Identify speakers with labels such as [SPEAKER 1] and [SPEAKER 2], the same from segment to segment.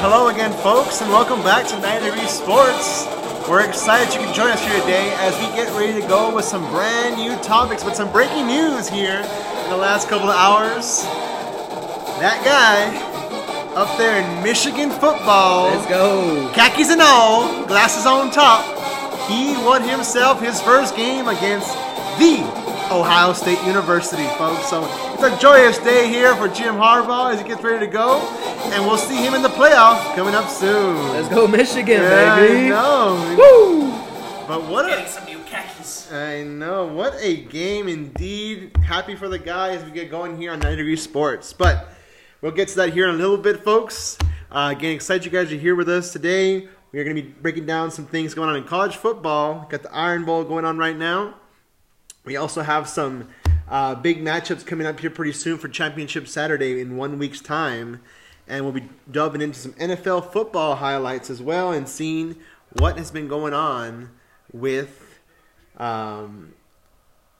[SPEAKER 1] hello again, folks, and welcome back to 9 Degree Sports. We're excited you can join us here today as we get ready to go with some brand new topics, with some breaking news here in the last couple of hours. That guy up there in Michigan football,
[SPEAKER 2] Let's go.
[SPEAKER 1] khakis and all, glasses on top, he won himself his first game against the Ohio State University, folks. So it's a joyous day here for Jim Harbaugh as he gets ready to go, and we'll see him in the playoff coming up soon.
[SPEAKER 2] Let's go, Michigan,
[SPEAKER 1] yeah,
[SPEAKER 2] baby.
[SPEAKER 1] I know.
[SPEAKER 2] Woo!
[SPEAKER 1] But what
[SPEAKER 3] Getting
[SPEAKER 1] a
[SPEAKER 3] some new khakis.
[SPEAKER 1] I know what a game indeed. Happy for the guy as we get going here on 90 Degree Sports. But we'll get to that here in a little bit, folks. Uh, again, excited you guys are here with us today. We are going to be breaking down some things going on in college football. Got the Iron Bowl going on right now. We also have some uh, big matchups coming up here pretty soon for Championship Saturday in one week's time. And we'll be delving into some NFL football highlights as well and seeing what has been going on with um,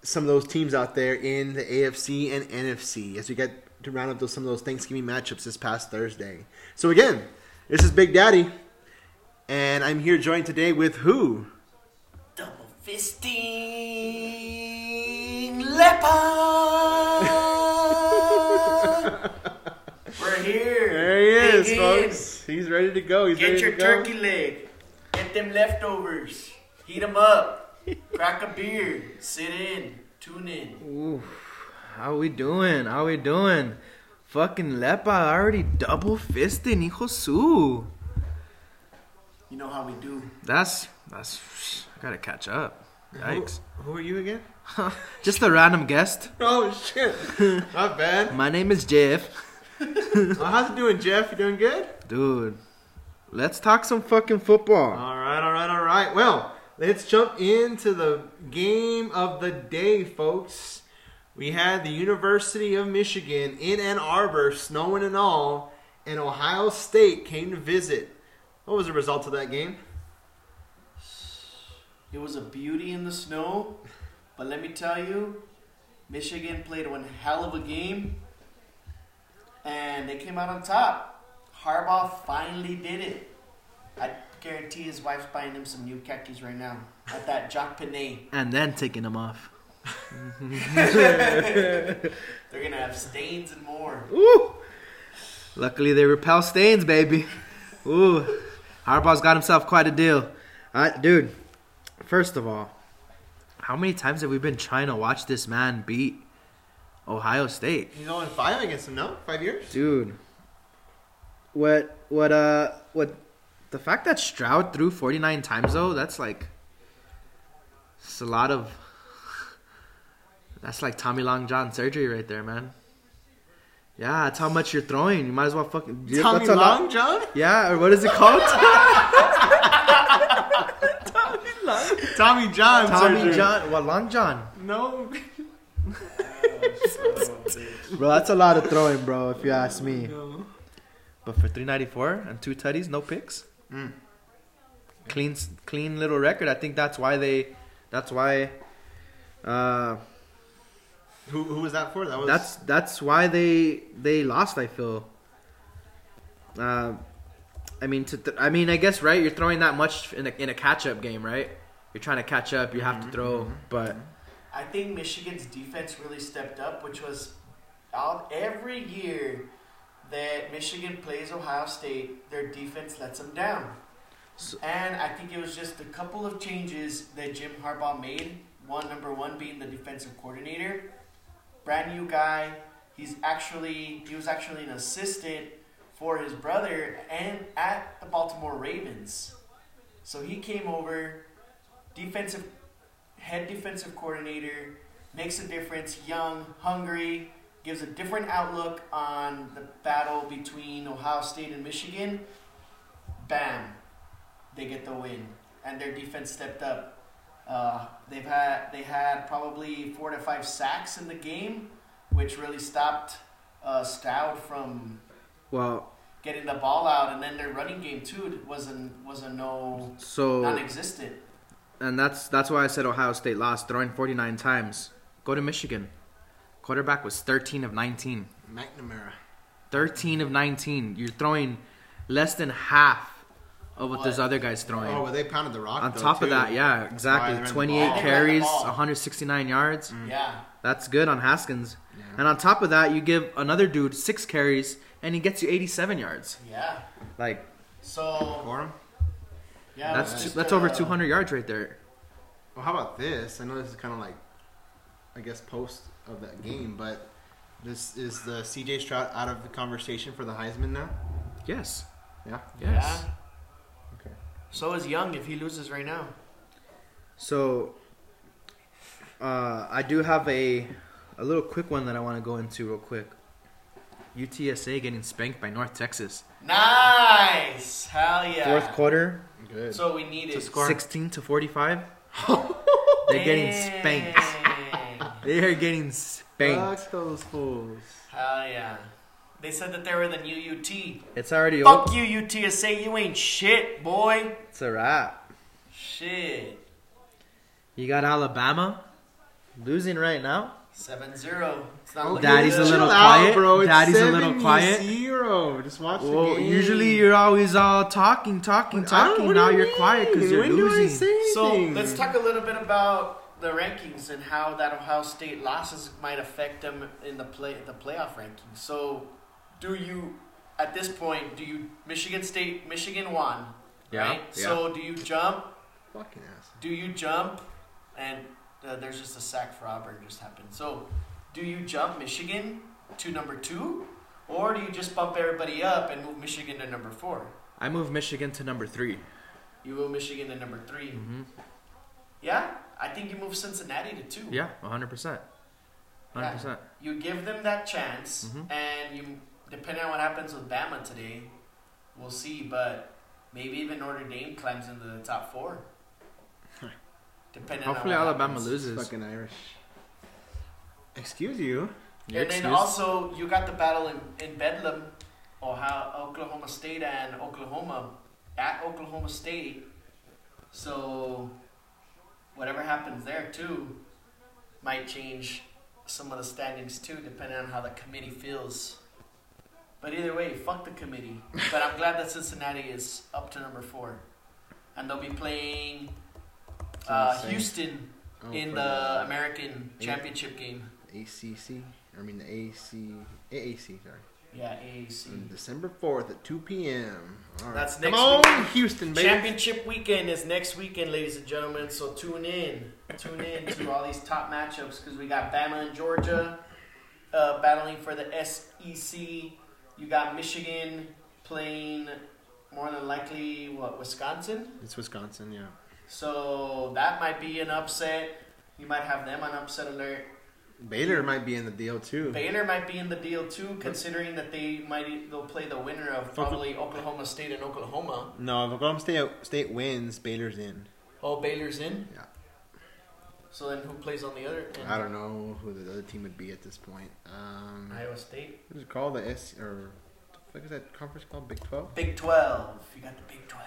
[SPEAKER 1] some of those teams out there in the AFC and NFC as we get to round up those, some of those Thanksgiving matchups this past Thursday. So, again, this is Big Daddy, and I'm here joined today with who?
[SPEAKER 3] Double fisting leopard. We're here.
[SPEAKER 1] There he is,
[SPEAKER 3] Dig in.
[SPEAKER 1] folks. He's ready to go. He's
[SPEAKER 3] Get
[SPEAKER 1] ready
[SPEAKER 3] your
[SPEAKER 1] to go.
[SPEAKER 3] turkey leg. Get them leftovers. Heat them up. Crack a beer. Sit in. Tune in.
[SPEAKER 2] Ooh, how we doing? How we doing? Fucking Lepa already double fisting, hijo su.
[SPEAKER 3] You know how we do.
[SPEAKER 2] That's that's. I gotta catch up. Yikes!
[SPEAKER 1] Who are you again?
[SPEAKER 2] Just a random guest.
[SPEAKER 1] Oh shit! Not bad.
[SPEAKER 2] My name is Jeff.
[SPEAKER 1] Well, how's it doing, Jeff? You doing good?
[SPEAKER 2] Dude, let's talk some fucking football.
[SPEAKER 1] All right, all right, all right. Well, let's jump into the game of the day, folks. We had the University of Michigan in Ann Arbor, snowing and all, and Ohio State came to visit. What was the result of that game?
[SPEAKER 3] It was a beauty in the snow, but let me tell you, Michigan played one hell of a game, and they came out on top. Harbaugh finally did it. I guarantee his wife's buying him some new khakis right now at that Jock Panay.
[SPEAKER 2] And then taking them off.
[SPEAKER 3] They're gonna have stains and more.
[SPEAKER 2] Ooh. Luckily, they repel stains, baby. Ooh. Harbaugh's got himself quite a deal. Uh, dude, first of all, how many times have we been trying to watch this man beat Ohio State?
[SPEAKER 1] He's only five against him, no? Five years?
[SPEAKER 2] Dude. What, what, uh, what, the fact that Stroud threw 49 times, though, that's like, it's a lot of, that's like Tommy Long John surgery right there, man. Yeah, that's how much you're throwing. You might as well fucking.
[SPEAKER 1] Tommy
[SPEAKER 2] that's a lot-
[SPEAKER 1] Long John?
[SPEAKER 2] yeah, or what is it called?
[SPEAKER 1] Tommy John.
[SPEAKER 2] Tommy
[SPEAKER 1] surgery.
[SPEAKER 2] John. Well, Long John.
[SPEAKER 1] No.
[SPEAKER 2] Bro, that's a lot of throwing, bro, if you ask me. But for 394 and two tutties, no picks. Clean, s- clean little record. I think that's why they. That's why. Uh,
[SPEAKER 1] Who, who was that for? That was
[SPEAKER 2] that's that's why they they lost. I feel. Uh, I mean, to th- I mean, I guess right. You're throwing that much in a in a catch up game, right? You're trying to catch up. You have to throw, but
[SPEAKER 3] I think Michigan's defense really stepped up, which was out every year that Michigan plays Ohio State, their defense lets them down.
[SPEAKER 2] So-
[SPEAKER 3] and I think it was just a couple of changes that Jim Harbaugh made. One number one being the defensive coordinator, brand new guy. He's actually he was actually an assistant for his brother and at the Baltimore Ravens. So he came over, defensive head defensive coordinator, makes a difference, young, hungry, gives a different outlook on the battle between Ohio State and Michigan. Bam, they get the win, and their defense stepped up. Uh, they've had they had probably four to five sacks in the game, which really stopped uh, Stroud from
[SPEAKER 2] well,
[SPEAKER 3] getting the ball out, and then their running game too wasn't wasn't no
[SPEAKER 2] so
[SPEAKER 3] non-existent.
[SPEAKER 2] and that's that's why I said Ohio State lost, throwing 49 times. Go to Michigan. Quarterback was 13 of 19.
[SPEAKER 1] McNamara.
[SPEAKER 2] 13 of 19. You're throwing less than half of what,
[SPEAKER 3] What?
[SPEAKER 2] those other guys throwing.
[SPEAKER 1] Oh, but they pounded the rock.
[SPEAKER 2] On
[SPEAKER 1] though,
[SPEAKER 2] top
[SPEAKER 1] too.
[SPEAKER 2] of that, yeah,
[SPEAKER 1] Why, they're
[SPEAKER 2] exactly.
[SPEAKER 1] in
[SPEAKER 3] the
[SPEAKER 2] 28
[SPEAKER 3] ball.
[SPEAKER 2] carries,
[SPEAKER 3] They're in the ball. Mm.
[SPEAKER 2] 169 yards.
[SPEAKER 3] Yeah.
[SPEAKER 2] That's good on Haskins.
[SPEAKER 1] Yeah.
[SPEAKER 2] And on top of that, you give another dude six carries and he gets you 87 yards.
[SPEAKER 3] Yeah.
[SPEAKER 2] Like
[SPEAKER 3] So
[SPEAKER 1] For 'em?
[SPEAKER 3] yeah, it was
[SPEAKER 2] that's
[SPEAKER 3] just
[SPEAKER 2] that's
[SPEAKER 3] a-
[SPEAKER 2] over 200 yards right there.
[SPEAKER 1] Well, how about this? I know this is kind of like, I guess, post of that game, but this is the CJ Stroud out of the conversation for the Heisman now.
[SPEAKER 2] Yes.
[SPEAKER 1] Yeah.
[SPEAKER 2] Yes.
[SPEAKER 3] Yeah.
[SPEAKER 1] Okay.
[SPEAKER 3] So is Young if he loses right now.
[SPEAKER 2] So uh, I do have a a little quick one that I want to go into real quick. UTSA getting spanked by North Texas.
[SPEAKER 3] Nice. Hell yeah.
[SPEAKER 2] Fourth quarter,
[SPEAKER 1] Good.
[SPEAKER 3] So we need it.
[SPEAKER 1] To score.
[SPEAKER 2] 16 to 45. They're getting spanked.
[SPEAKER 3] Dang.
[SPEAKER 2] They are getting spanked.
[SPEAKER 1] Fuck those fools.
[SPEAKER 3] Hell yeah. They said that they were the new UT.
[SPEAKER 2] It's already
[SPEAKER 3] Fuck
[SPEAKER 2] over.
[SPEAKER 3] you, UTSA. You ain't shit, boy.
[SPEAKER 2] It's a wrap.
[SPEAKER 3] Shit.
[SPEAKER 2] You got Alabama losing right now.
[SPEAKER 3] 7 0. It's not
[SPEAKER 2] Okay.
[SPEAKER 3] looking
[SPEAKER 2] Oh, Daddy's a
[SPEAKER 3] good.
[SPEAKER 2] little
[SPEAKER 1] Chill out,
[SPEAKER 2] quiet.
[SPEAKER 1] bro. It's
[SPEAKER 2] Daddy's a little
[SPEAKER 1] 70
[SPEAKER 2] quiet.
[SPEAKER 1] Zero. Just watch the
[SPEAKER 2] Well,
[SPEAKER 1] game.
[SPEAKER 2] usually you're always all talking, talking,
[SPEAKER 1] I don't-
[SPEAKER 2] talking.
[SPEAKER 1] what do
[SPEAKER 2] Now
[SPEAKER 1] you
[SPEAKER 2] you're quiet because
[SPEAKER 1] mean?
[SPEAKER 2] you're
[SPEAKER 1] when Do I
[SPEAKER 2] losing.
[SPEAKER 1] say
[SPEAKER 3] So
[SPEAKER 1] anything?
[SPEAKER 3] let's talk a little bit about the rankings and how that Ohio State losses might affect them in the play the playoff rankings. So, do you at this point do you Michigan State Michigan won?
[SPEAKER 2] Yeah,
[SPEAKER 3] Right?
[SPEAKER 2] yeah.
[SPEAKER 3] So do you jump?
[SPEAKER 1] Fucking ass.
[SPEAKER 3] Do you jump? And uh, there's just a sack for Auburn just happened. So do you jump Michigan to number two, or do you just bump everybody up and move Michigan to number four?
[SPEAKER 2] I move Michigan to number three.
[SPEAKER 3] You move Michigan to number 3
[SPEAKER 2] Mhm.
[SPEAKER 3] Yeah, I think you move Cincinnati to two.
[SPEAKER 2] Yeah, 100 percent, 100 percent.
[SPEAKER 3] you give them that chance,
[SPEAKER 2] Mhm.
[SPEAKER 3] and you depending on what happens with Bama today, we'll see. But maybe even Notre Dame climbs into the top four. depending
[SPEAKER 2] Hopefully
[SPEAKER 3] on what
[SPEAKER 2] Alabama
[SPEAKER 3] happens.
[SPEAKER 2] loses.
[SPEAKER 1] Fucking Irish. Excuse you.
[SPEAKER 2] Your
[SPEAKER 3] And then
[SPEAKER 2] excuse?
[SPEAKER 3] also you got the battle in, in Bedlam, Ohio, Oklahoma State, and Oklahoma at Oklahoma State. So whatever happens there too might change some of the standings too, depending on how the committee feels. But either way, fuck the committee. But I'm glad that Cincinnati is up to number four, and they'll be playing uh,
[SPEAKER 1] Insane.
[SPEAKER 3] Houston
[SPEAKER 1] Oh,
[SPEAKER 3] in
[SPEAKER 1] for
[SPEAKER 3] the American
[SPEAKER 1] Yeah.
[SPEAKER 3] Championship game.
[SPEAKER 1] ACC. I mean the AC AAC. Sorry.
[SPEAKER 3] Yeah, AAC.
[SPEAKER 1] On December fourth at two p.m. All right.
[SPEAKER 3] Mm. That's
[SPEAKER 1] Come
[SPEAKER 3] next
[SPEAKER 1] on,
[SPEAKER 3] week.
[SPEAKER 1] Houston, baby.
[SPEAKER 3] Championship weekend is next weekend, ladies and gentlemen. So tune in, tune in to all these top matchups because we got Bama and Georgia uh, battling for the SEC. You got Michigan playing more than likely what Wisconsin.
[SPEAKER 1] It's Wisconsin. Yeah.
[SPEAKER 3] So that might be an upset. You might have them on upset alert.
[SPEAKER 1] Baylor might be in the deal too.
[SPEAKER 3] Mm. Baylor might be in the deal too, considering that they might they'll play the winner of probably Oklahoma State and Oklahoma.
[SPEAKER 1] No, if Oklahoma State State wins, Baylor's in.
[SPEAKER 3] Oh, Baylor's in.
[SPEAKER 1] Yeah.
[SPEAKER 3] So then, who plays on the other end?
[SPEAKER 1] I don't know who the other team would be at this point. Um,
[SPEAKER 3] Iowa State.
[SPEAKER 1] what is it called? The S or what is that conference called? Big Twelve.
[SPEAKER 3] Big 12. You got the Big 12.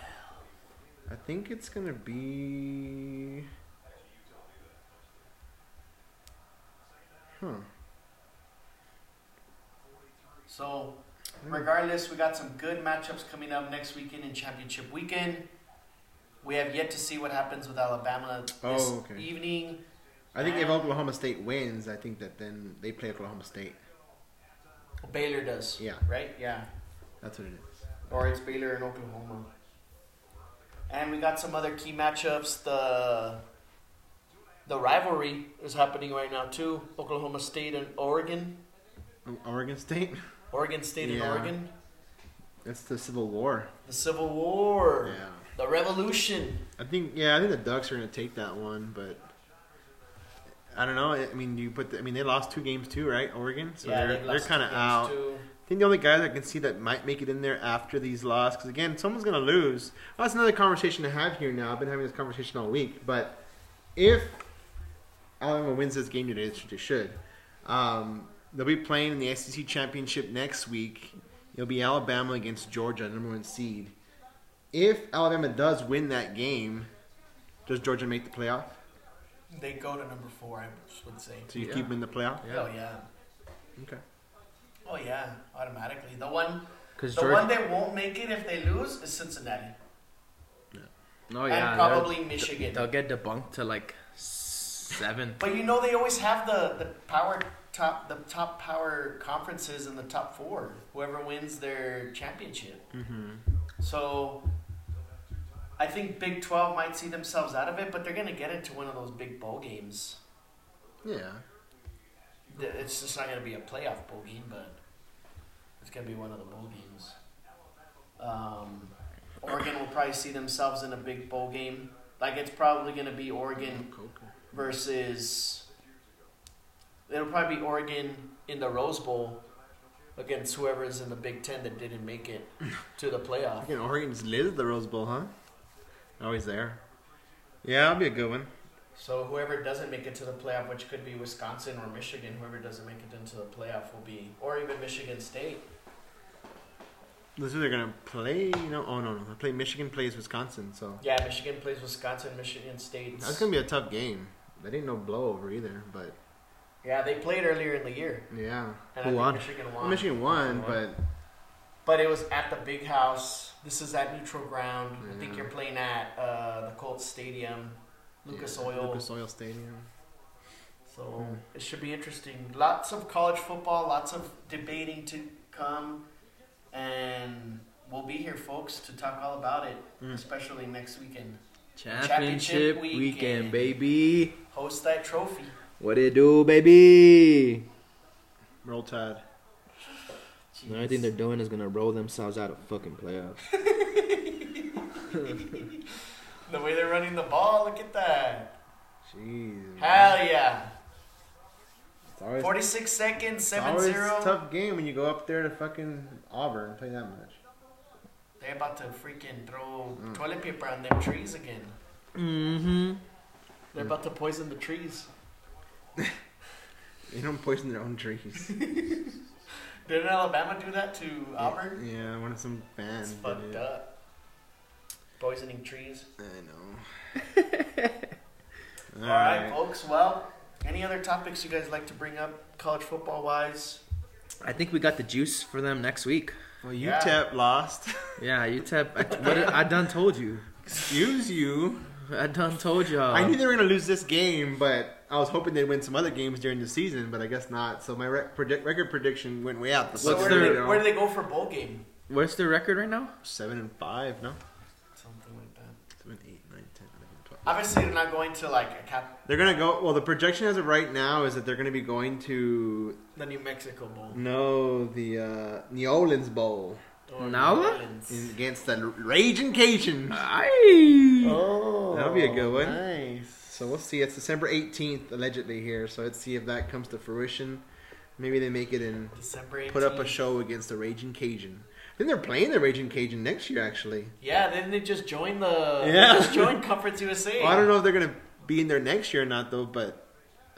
[SPEAKER 1] I think it's gonna be. Huh.
[SPEAKER 3] So,
[SPEAKER 1] Hmm.
[SPEAKER 3] regardless, we got some good matchups coming up next weekend in championship weekend. We have yet to see what happens with Alabama this
[SPEAKER 1] Oh, okay.
[SPEAKER 3] evening.
[SPEAKER 1] I think if
[SPEAKER 3] Uh.
[SPEAKER 1] Oklahoma State wins, I think that then they play Oklahoma State.
[SPEAKER 3] Baylor does.
[SPEAKER 1] Yeah.
[SPEAKER 3] Right? Yeah.
[SPEAKER 1] That's what it is.
[SPEAKER 3] Or it's Baylor and Oklahoma. And we got some other key matchups. The the rivalry is happening right now too. Oklahoma State and Oregon.
[SPEAKER 1] O- Oregon State.
[SPEAKER 3] Oregon State
[SPEAKER 1] Yeah.
[SPEAKER 3] and Oregon.
[SPEAKER 1] That's the Civil War.
[SPEAKER 3] The Civil War.
[SPEAKER 1] Yeah.
[SPEAKER 3] The Revolution.
[SPEAKER 1] I think. Yeah, I think the Ducks are gonna take that one, but I don't know. I I mean, you put. The, I mean, they lost two games too, right? Oregon. So they're
[SPEAKER 3] they've
[SPEAKER 1] they're
[SPEAKER 3] lost
[SPEAKER 1] kind of
[SPEAKER 3] games
[SPEAKER 1] out.
[SPEAKER 3] too.
[SPEAKER 1] I think the only guy that I can see that might make it in there after these losses, because again, someone's going to lose. Well, that's another conversation to have here now. I've been having this conversation all week, but if Alabama wins this game today, which they should, um, they'll be playing in the SEC championship next week. It'll be Alabama against Georgia, number one seed. If Alabama does win that game, does Georgia make the playoff?
[SPEAKER 3] They go to number four, I would say.
[SPEAKER 1] So you
[SPEAKER 2] Yeah.
[SPEAKER 1] keep them in the playoff?
[SPEAKER 3] Oh yeah.
[SPEAKER 1] Okay.
[SPEAKER 3] Oh yeah. Automatically, the one
[SPEAKER 2] Because
[SPEAKER 3] The
[SPEAKER 2] Georgia.
[SPEAKER 3] one that won't make it if they lose is Cincinnati
[SPEAKER 2] No, Oh,
[SPEAKER 1] Oh,
[SPEAKER 2] yeah.
[SPEAKER 3] and
[SPEAKER 2] they're-
[SPEAKER 3] probably Michigan.
[SPEAKER 2] They'll get debunked to like seven.
[SPEAKER 3] But you know they always have the, the power top the top power conferences in the top four. Whoever wins their championship. So I think Big Twelve might see themselves out of it, but they're gonna get into one of those big bowl games.
[SPEAKER 1] Yeah.
[SPEAKER 3] Th- It's just not gonna be a playoff bowl game, but it's gonna be one of the bowl games. Um, Oregon will probably see themselves in a big bowl game. Like it's probably gonna be Oregon versus it'll probably be Oregon in the Rose Bowl against whoever is in the Big Ten that didn't make it to the playoff.
[SPEAKER 1] Fucking Oregon just lives the Rose Bowl, huh? Always there. Yeah, that'll be a good one.
[SPEAKER 3] So whoever doesn't make it to the playoff, which could be Wisconsin or Michigan, whoever doesn't make it into the playoff will be, or even Michigan State.
[SPEAKER 1] This is they're gonna play. You know, oh no, no, they play Michigan plays Wisconsin, so
[SPEAKER 3] Yeah, Michigan plays Wisconsin, Michigan State.
[SPEAKER 1] that's gonna be a tough game. That ain't no blowover either, but
[SPEAKER 3] Yeah, they played earlier in the year,
[SPEAKER 1] yeah,
[SPEAKER 3] and
[SPEAKER 2] Who
[SPEAKER 3] I
[SPEAKER 2] won?
[SPEAKER 3] think Michigan
[SPEAKER 1] Well,
[SPEAKER 3] won.
[SPEAKER 1] Michigan won,
[SPEAKER 2] Won.
[SPEAKER 1] but
[SPEAKER 3] But it was at the big house. This is at neutral ground. I think
[SPEAKER 1] Yeah.
[SPEAKER 3] you're playing at uh, the Colts Stadium, Lucas
[SPEAKER 1] yeah,
[SPEAKER 3] Oil.
[SPEAKER 1] Lucas Oil Stadium.
[SPEAKER 3] So
[SPEAKER 1] Mm.
[SPEAKER 3] it should be interesting. Lots of college football, lots of debating to come, and we'll be here, folks, to talk all about it,
[SPEAKER 1] Mm.
[SPEAKER 3] especially next weekend.
[SPEAKER 2] Championship
[SPEAKER 3] Championship
[SPEAKER 2] weekend,
[SPEAKER 3] weekend.
[SPEAKER 2] baby.
[SPEAKER 3] Host that trophy.
[SPEAKER 2] What it do, baby?
[SPEAKER 1] Roll Tide.
[SPEAKER 2] The only thing they're doing is gonna roll themselves out of fucking playoffs.
[SPEAKER 3] the way they're running the ball, look at that.
[SPEAKER 1] Jeez, man.
[SPEAKER 3] Hell yeah.
[SPEAKER 1] It's always,
[SPEAKER 3] 46 seconds,
[SPEAKER 1] it's always
[SPEAKER 3] 7
[SPEAKER 1] a
[SPEAKER 3] 0.
[SPEAKER 1] tough game when you go up there to fucking Auburn and play that much.
[SPEAKER 3] They're about to freaking throw
[SPEAKER 1] Mm.
[SPEAKER 3] toilet paper on them trees again.
[SPEAKER 2] Mm-hmm.
[SPEAKER 3] They're about to poison the trees.
[SPEAKER 1] They don't poison their own trees.
[SPEAKER 3] Didn't Alabama do that to Auburn?
[SPEAKER 1] yeah, one of some
[SPEAKER 3] It's
[SPEAKER 1] fans. did
[SPEAKER 3] fucked
[SPEAKER 1] it.
[SPEAKER 3] up. Poisoning trees.
[SPEAKER 1] I know.
[SPEAKER 3] All right, folks. Well, any other topics you guys like to bring up, college football wise?
[SPEAKER 2] I think we got the juice for them next week.
[SPEAKER 1] Well,
[SPEAKER 3] Yeah.
[SPEAKER 1] UTEP lost.
[SPEAKER 2] Yeah, you tap. I, what did- I done told you.
[SPEAKER 1] Excuse you.
[SPEAKER 2] I done told y'all.
[SPEAKER 1] I knew they were going to lose this game, but I was hoping they'd win some other games during the season, but I guess not. So my rec- predict- record prediction went way out. The
[SPEAKER 3] So
[SPEAKER 2] What's
[SPEAKER 1] fucking
[SPEAKER 3] where,
[SPEAKER 2] their-
[SPEAKER 3] do they,
[SPEAKER 1] window.
[SPEAKER 3] where do they go for bowl game?
[SPEAKER 2] What's their record right now?
[SPEAKER 1] seven and five? No,
[SPEAKER 3] Something like that.
[SPEAKER 1] seven, eight, nine, ten, eleven, twelve.
[SPEAKER 3] Obviously, they're not going to like a cap
[SPEAKER 1] They're gonna go. Well, the projection as of right now is that they're gonna be going to
[SPEAKER 3] the New Mexico Bowl.
[SPEAKER 1] no the uh, New Orleans Bowl
[SPEAKER 3] or
[SPEAKER 2] Now?
[SPEAKER 3] New Orleans.
[SPEAKER 1] in, against the Raging Cajun.
[SPEAKER 2] Ah. I.
[SPEAKER 3] Oh,
[SPEAKER 1] That'll be a good one.
[SPEAKER 3] Nice.
[SPEAKER 1] So we'll see. It's December 18th, allegedly, here. So let's see if that comes to fruition. Maybe they make it and
[SPEAKER 3] December 18th.
[SPEAKER 1] put up a show against the Raging Cajun. I think they're playing the Raging Cajun next year, actually.
[SPEAKER 3] Yeah, then they just join the.
[SPEAKER 1] Yeah.
[SPEAKER 3] Yeah. Just join Conference USA.
[SPEAKER 1] Well, I don't know if they're going to be in there next year or not, though, but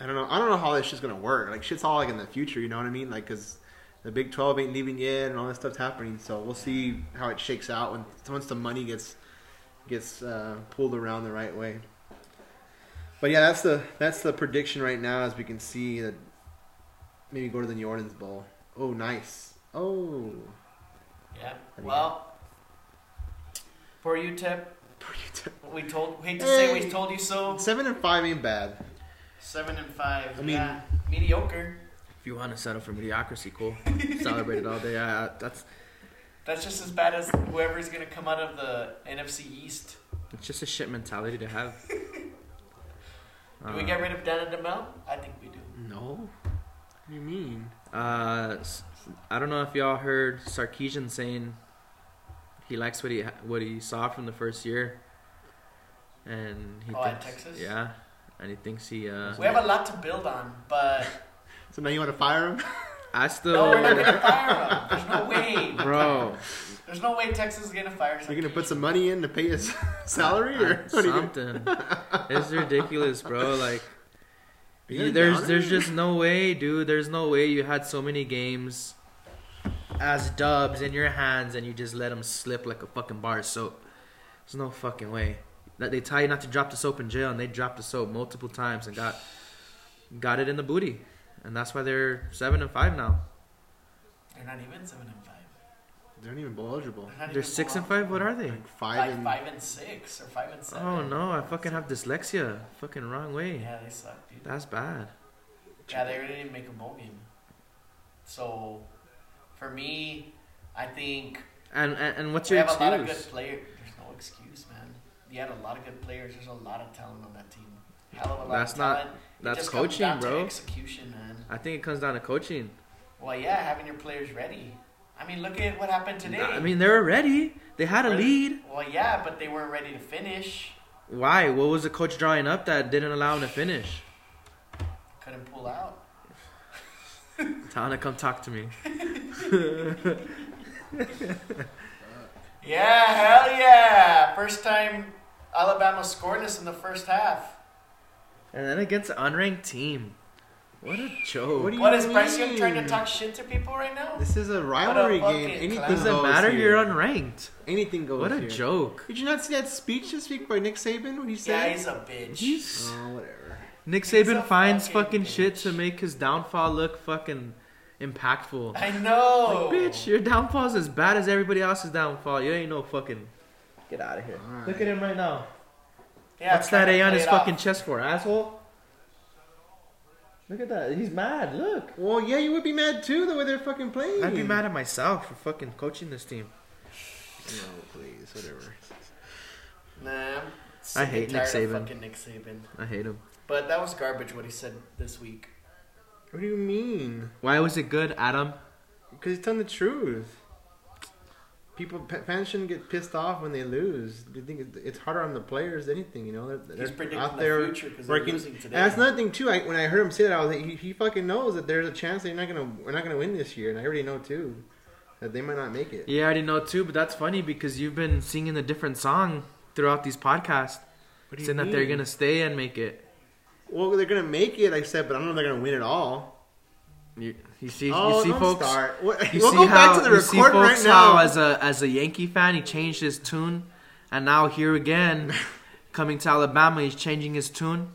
[SPEAKER 1] I don't know. I don't know how this shit's going to work. Like, shit's all, like, in the future, you know what I mean? Like, because the Big 12 ain't leaving yet and all that stuff's happening. So we'll see how it shakes out when once the money gets gets uh, pulled around the right way. But yeah, that's the that's the prediction right now. As we can see, that maybe go to the New Orleans Bowl. Oh, nice. Oh,
[SPEAKER 3] Yeah.
[SPEAKER 1] do you
[SPEAKER 3] Well, for UTEP, we told. Hate to say
[SPEAKER 1] Hey.
[SPEAKER 3] we told you so.
[SPEAKER 1] seven and five ain't bad.
[SPEAKER 3] Seven and five.
[SPEAKER 1] I mean-
[SPEAKER 3] yeah. mediocre.
[SPEAKER 2] If you want to settle for mediocrity, cool. Celebrate it all day. I, I, that's
[SPEAKER 3] That's just as bad as whoever's gonna come out of the NFC East.
[SPEAKER 2] it's just a shit mentality to have. Uh,
[SPEAKER 3] Do
[SPEAKER 1] Uh-huh.
[SPEAKER 3] we get rid of Dan and Demel? I think we do.
[SPEAKER 1] No, what do you mean?
[SPEAKER 2] Uh, s- I don't know if y'all heard Sarkeesian saying he likes what he what he saw from the first year, and he
[SPEAKER 3] Oh, at
[SPEAKER 2] thinks,
[SPEAKER 3] Texas?
[SPEAKER 2] yeah, and he thinks he. Uh,
[SPEAKER 3] We have a lot to build on, but
[SPEAKER 1] So now you want to fire him?
[SPEAKER 2] I still,
[SPEAKER 3] no, we're not gonna fire him. There's no way.
[SPEAKER 2] bro,
[SPEAKER 3] There's no way Texas is gonna fire.
[SPEAKER 1] You're gonna
[SPEAKER 3] Sarkisian.
[SPEAKER 1] put some money in to pay his salary,
[SPEAKER 2] I-
[SPEAKER 1] or what are you gonna-
[SPEAKER 2] something. it's ridiculous, bro. Like,
[SPEAKER 1] Are you gonna
[SPEAKER 2] there's
[SPEAKER 1] down
[SPEAKER 2] there's
[SPEAKER 1] him?
[SPEAKER 2] just no way, dude. There's no way you had so many games as dubs in your hands and you just let them slip like a fucking bar of soap. There's no fucking way. That they tell you not to drop the soap in jail and they dropped the soap multiple times and got got it in the booty. And that's why they're seven and five now.
[SPEAKER 3] They're not even seven and five.
[SPEAKER 1] They aren't even bowl eligible.
[SPEAKER 3] They're not even
[SPEAKER 2] They're six and
[SPEAKER 3] qualified.
[SPEAKER 2] five. What are they?
[SPEAKER 1] Like five
[SPEAKER 3] Like
[SPEAKER 1] and
[SPEAKER 3] five and six or five and seven.
[SPEAKER 2] Oh no, I fucking have dyslexia. Fucking wrong way.
[SPEAKER 3] Yeah, they suck, dude.
[SPEAKER 2] That's bad.
[SPEAKER 3] Yeah, they didn't even make a bowl game. So, for me, I think
[SPEAKER 2] And and, and what's
[SPEAKER 3] we
[SPEAKER 2] your
[SPEAKER 3] have a lot of good
[SPEAKER 2] excuse?
[SPEAKER 3] players. There's no excuse, man. You had a lot of good players. There's a lot of talent on that team. Hell of a lot
[SPEAKER 2] That's
[SPEAKER 3] of
[SPEAKER 2] not-
[SPEAKER 3] talent. It
[SPEAKER 2] that's
[SPEAKER 3] just comes
[SPEAKER 2] coaching,
[SPEAKER 3] down to
[SPEAKER 2] bro.
[SPEAKER 3] execution, man.
[SPEAKER 2] I think it comes down to coaching.
[SPEAKER 3] Well, yeah, having your players ready. I mean, look at what happened today.
[SPEAKER 2] I mean, they were ready. They had a lead.
[SPEAKER 3] Well, yeah, but they weren't ready to finish.
[SPEAKER 2] Why? What was the coach drawing up that didn't allow him to finish?
[SPEAKER 3] Couldn't pull out.
[SPEAKER 2] Tell him to come talk to me.
[SPEAKER 3] Yeah, hell yeah! First time Alabama scoreless in the first half.
[SPEAKER 2] And then against an unranked team. What a joke.
[SPEAKER 1] What do you-
[SPEAKER 3] What is Bryce Young
[SPEAKER 1] mean?
[SPEAKER 3] trying to talk shit to people right now?
[SPEAKER 1] This is a rivalry
[SPEAKER 3] What a
[SPEAKER 1] game.
[SPEAKER 3] fucking
[SPEAKER 1] Anything
[SPEAKER 3] clown.
[SPEAKER 2] doesn't
[SPEAKER 1] goes
[SPEAKER 2] matter.
[SPEAKER 1] Here.
[SPEAKER 2] You're unranked.
[SPEAKER 1] Anything goes.
[SPEAKER 2] What a
[SPEAKER 1] here.
[SPEAKER 2] joke.
[SPEAKER 1] Did you not see that speech this week by Nick Saban when he
[SPEAKER 3] Yeah,
[SPEAKER 1] said?
[SPEAKER 3] he's a bitch.
[SPEAKER 1] oh, whatever.
[SPEAKER 2] Nick
[SPEAKER 3] He's
[SPEAKER 2] Saban
[SPEAKER 3] a
[SPEAKER 2] finds fucking
[SPEAKER 3] fucking
[SPEAKER 2] shit
[SPEAKER 3] bitch.
[SPEAKER 2] to make his downfall look fucking impactful.
[SPEAKER 3] I know.
[SPEAKER 2] Bitch, your downfall's as bad as everybody else's downfall. You ain't no fucking. Get out of here.
[SPEAKER 1] Alright.
[SPEAKER 2] Look at him right now.
[SPEAKER 3] Yeah,
[SPEAKER 2] What's
[SPEAKER 3] trying
[SPEAKER 2] that
[SPEAKER 3] to
[SPEAKER 2] A on
[SPEAKER 3] play
[SPEAKER 2] his
[SPEAKER 3] it off.
[SPEAKER 2] fucking chest for, asshole? Look at that. He's mad. Look.
[SPEAKER 1] Well, yeah, you would be mad too the way they're fucking playing.
[SPEAKER 2] I'd be mad at myself for fucking coaching this team.
[SPEAKER 1] No, please, whatever.
[SPEAKER 3] Nah.
[SPEAKER 2] I
[SPEAKER 3] I'm sick
[SPEAKER 2] hate
[SPEAKER 3] and
[SPEAKER 2] Nick
[SPEAKER 3] tired of
[SPEAKER 2] Saban.
[SPEAKER 3] Fucking Nick Saban.
[SPEAKER 2] I hate him.
[SPEAKER 3] But that was garbage what he said this week.
[SPEAKER 1] What do you mean?
[SPEAKER 2] Why was it good, Adam?
[SPEAKER 1] Because he's telling the truth. People, pa- fans shouldn't get pissed off when they lose. They think it's- it's harder on the players than anything. You know, they're, they're
[SPEAKER 3] He's predicting
[SPEAKER 1] out
[SPEAKER 3] the
[SPEAKER 1] there
[SPEAKER 3] future because they're
[SPEAKER 1] working.
[SPEAKER 3] losing today.
[SPEAKER 1] And that's another thing too. I, when I heard him say that, I was like, he, he fucking knows that there's a chance they're not gonna we're not gonna win this year, and I already know too that they might not make it.
[SPEAKER 2] Yeah, I already know too, but that's funny because you've been singing a different song throughout these podcasts,
[SPEAKER 1] What do you
[SPEAKER 2] saying that they're
[SPEAKER 1] mean?
[SPEAKER 2] gonna stay and make it.
[SPEAKER 1] Well, they're gonna make it, I said, but I don't know if they're gonna win at all.
[SPEAKER 2] You, you see,
[SPEAKER 1] oh,
[SPEAKER 2] you see,
[SPEAKER 1] don't
[SPEAKER 2] folks.
[SPEAKER 1] start. What,
[SPEAKER 2] You
[SPEAKER 1] we'll
[SPEAKER 2] see
[SPEAKER 1] go
[SPEAKER 2] how
[SPEAKER 1] back to the
[SPEAKER 2] you see,
[SPEAKER 1] recording right
[SPEAKER 2] folks,
[SPEAKER 1] now.
[SPEAKER 2] how as a as a Yankee fan, he changed his tune, and now here again, coming to Alabama, he's changing his tune.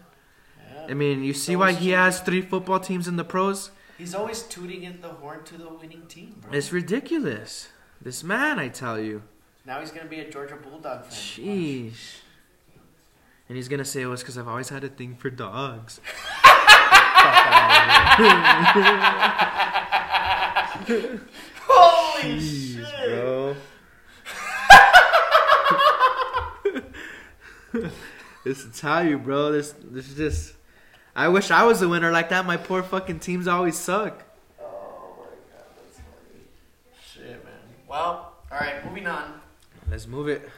[SPEAKER 3] Yeah.
[SPEAKER 2] I mean, you see why he has three football teams in the pros.
[SPEAKER 3] He's always tooting in the horn to the winning team, bro.
[SPEAKER 2] It's ridiculous. This man, I tell you.
[SPEAKER 3] now he's gonna be a Georgia Bulldog fan.
[SPEAKER 2] Sheesh. And he's gonna say it was because I've always had a thing for dogs.
[SPEAKER 3] Holy shit!
[SPEAKER 2] this is how you, bro. This this is just. I wish I was a winner like that. My poor fucking teams always suck.
[SPEAKER 3] Oh my god, that's funny. Shit, man. Well, all right, moving on.
[SPEAKER 2] Let's move it.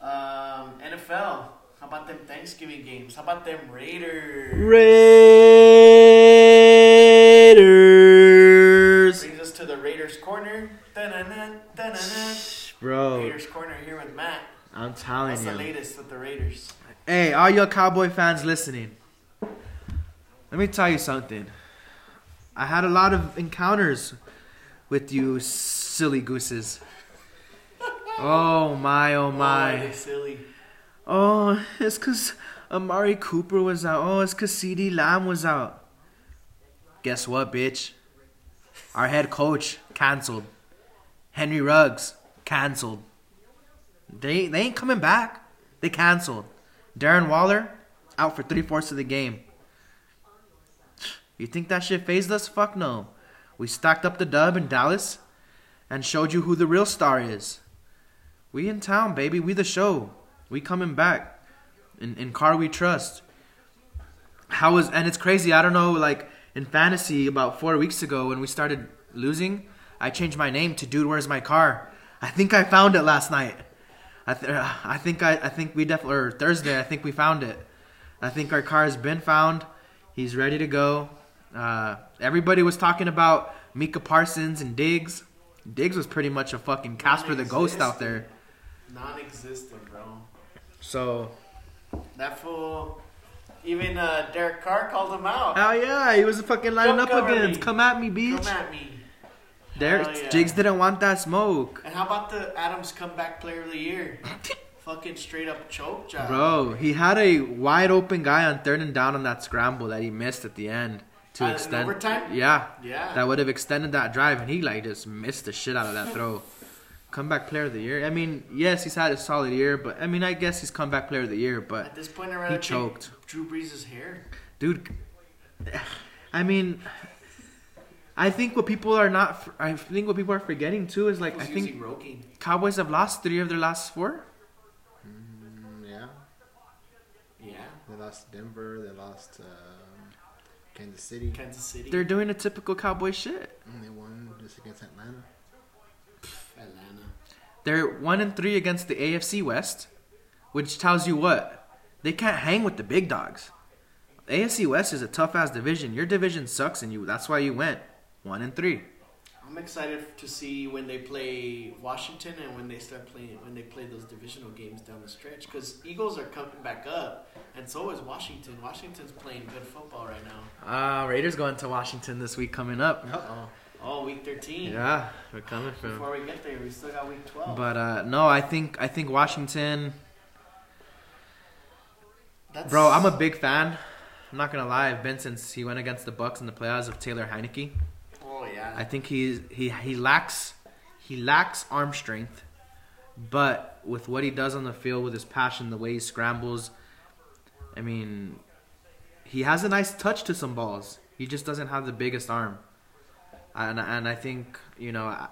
[SPEAKER 3] Um, NFL. How about them Thanksgiving games? How about them Raiders?
[SPEAKER 2] Raiders,
[SPEAKER 3] Brings us to the Raiders corner. Dun-dun-dun, dun-dun-dun.
[SPEAKER 2] bro.
[SPEAKER 3] Raiders corner here with Matt.
[SPEAKER 2] I'm telling
[SPEAKER 3] That's the
[SPEAKER 2] you.
[SPEAKER 3] latest with the Raiders.
[SPEAKER 2] Hey, all your cowboy fans listening. Let me tell you something. I had a lot of encounters with you silly gooses. Oh my, oh
[SPEAKER 3] Oh, are
[SPEAKER 2] my.
[SPEAKER 3] they silly.
[SPEAKER 2] Oh, it's because Amari Cooper was out. Oh, it's because CD Lamb was out. Guess what, bitch? Our head coach canceled. Henry Ruggs canceled. They, they ain't coming back. They canceled. Darren Waller out for three fourths of the game. You think that shit phased us? Fuck no. We stacked up the dub in Dallas and showed you who the real star is. We in town, baby. We the show. We coming back. In in car we trust. How is and it's crazy. I don't know. Like in fantasy, about four weeks ago when we started losing, I changed my name to Dude. Where's my car? I think I found it last night. I th- uh, I think I I think we definitely or Thursday. I think we found it. I think our car has been found. He's ready to go. Uh, everybody was talking about Mika Parsons and Diggs. Diggs was pretty much a fucking Casper the Ghost out there.
[SPEAKER 3] Non-existent, bro.
[SPEAKER 2] So
[SPEAKER 3] That fool. Even uh, Derek Carr called him out.
[SPEAKER 2] Hell yeah, he was fucking lining
[SPEAKER 3] Don't
[SPEAKER 2] up
[SPEAKER 3] cover
[SPEAKER 2] against.
[SPEAKER 3] me.
[SPEAKER 2] Come at me,
[SPEAKER 3] Come
[SPEAKER 2] bitch.
[SPEAKER 3] at me.
[SPEAKER 2] There,
[SPEAKER 3] Hell yeah.
[SPEAKER 2] Jigs didn't want that smoke,
[SPEAKER 3] And how about the Adams comeback player of the year? Fucking straight up choke job.
[SPEAKER 2] bro. He had a wide open guy on third and down on that scramble that he missed at the end to
[SPEAKER 3] Uh, in
[SPEAKER 2] extend.
[SPEAKER 3] overtime?
[SPEAKER 2] Yeah,
[SPEAKER 3] Yeah.
[SPEAKER 2] that would have extended that drive, and he like just missed the shit out of that throw. comeback player of the year. I mean, yes, he's had a solid year, but I mean, I guess he's comeback player of the year.
[SPEAKER 3] At
[SPEAKER 2] But
[SPEAKER 3] this point, I rather take
[SPEAKER 2] choked.
[SPEAKER 3] Drew Brees' hair.
[SPEAKER 2] dude, I mean, I think what people are not, I think what people are forgetting too is like,
[SPEAKER 3] Who's
[SPEAKER 2] I think
[SPEAKER 3] using Roking.
[SPEAKER 2] Cowboys have lost three of their last four.
[SPEAKER 1] Mm, yeah,
[SPEAKER 3] Yeah,
[SPEAKER 1] they lost to Denver. They lost um, Kansas City.
[SPEAKER 3] Kansas City,
[SPEAKER 2] They're doing a typical Cowboy shit.
[SPEAKER 1] And they won just against Atlanta.
[SPEAKER 3] Atlanta.
[SPEAKER 2] They're one and three against the AFC West, which tells you what they can't hang with the big dogs. AFC West is a tough ass division. Your division sucks, and you that's why you went one and three.
[SPEAKER 3] I'm excited to see when they play Washington and when they start playing when they play those divisional games down the stretch because Eagles are coming back up and so is Washington. Washington's playing good football right now.
[SPEAKER 2] Uh, Raiders going to Washington this week coming up.
[SPEAKER 1] Uh-oh.
[SPEAKER 3] Oh, week 13.
[SPEAKER 2] Yeah, we're coming from.
[SPEAKER 3] Before we get there, we still got week 12.
[SPEAKER 2] But uh, no, I think I think Washington,
[SPEAKER 3] That's,
[SPEAKER 2] bro. I'm a big fan. I'm not gonna lie. I've been since he went against the Bucks in the playoffs of Taylor Heineke.
[SPEAKER 3] Oh yeah.
[SPEAKER 2] I think he's he he lacks he lacks arm strength, but with what he does on the field, with his passion, the way he scrambles, I mean, he has a nice touch to some balls. He just doesn't have the biggest arm, and and I think you know, I-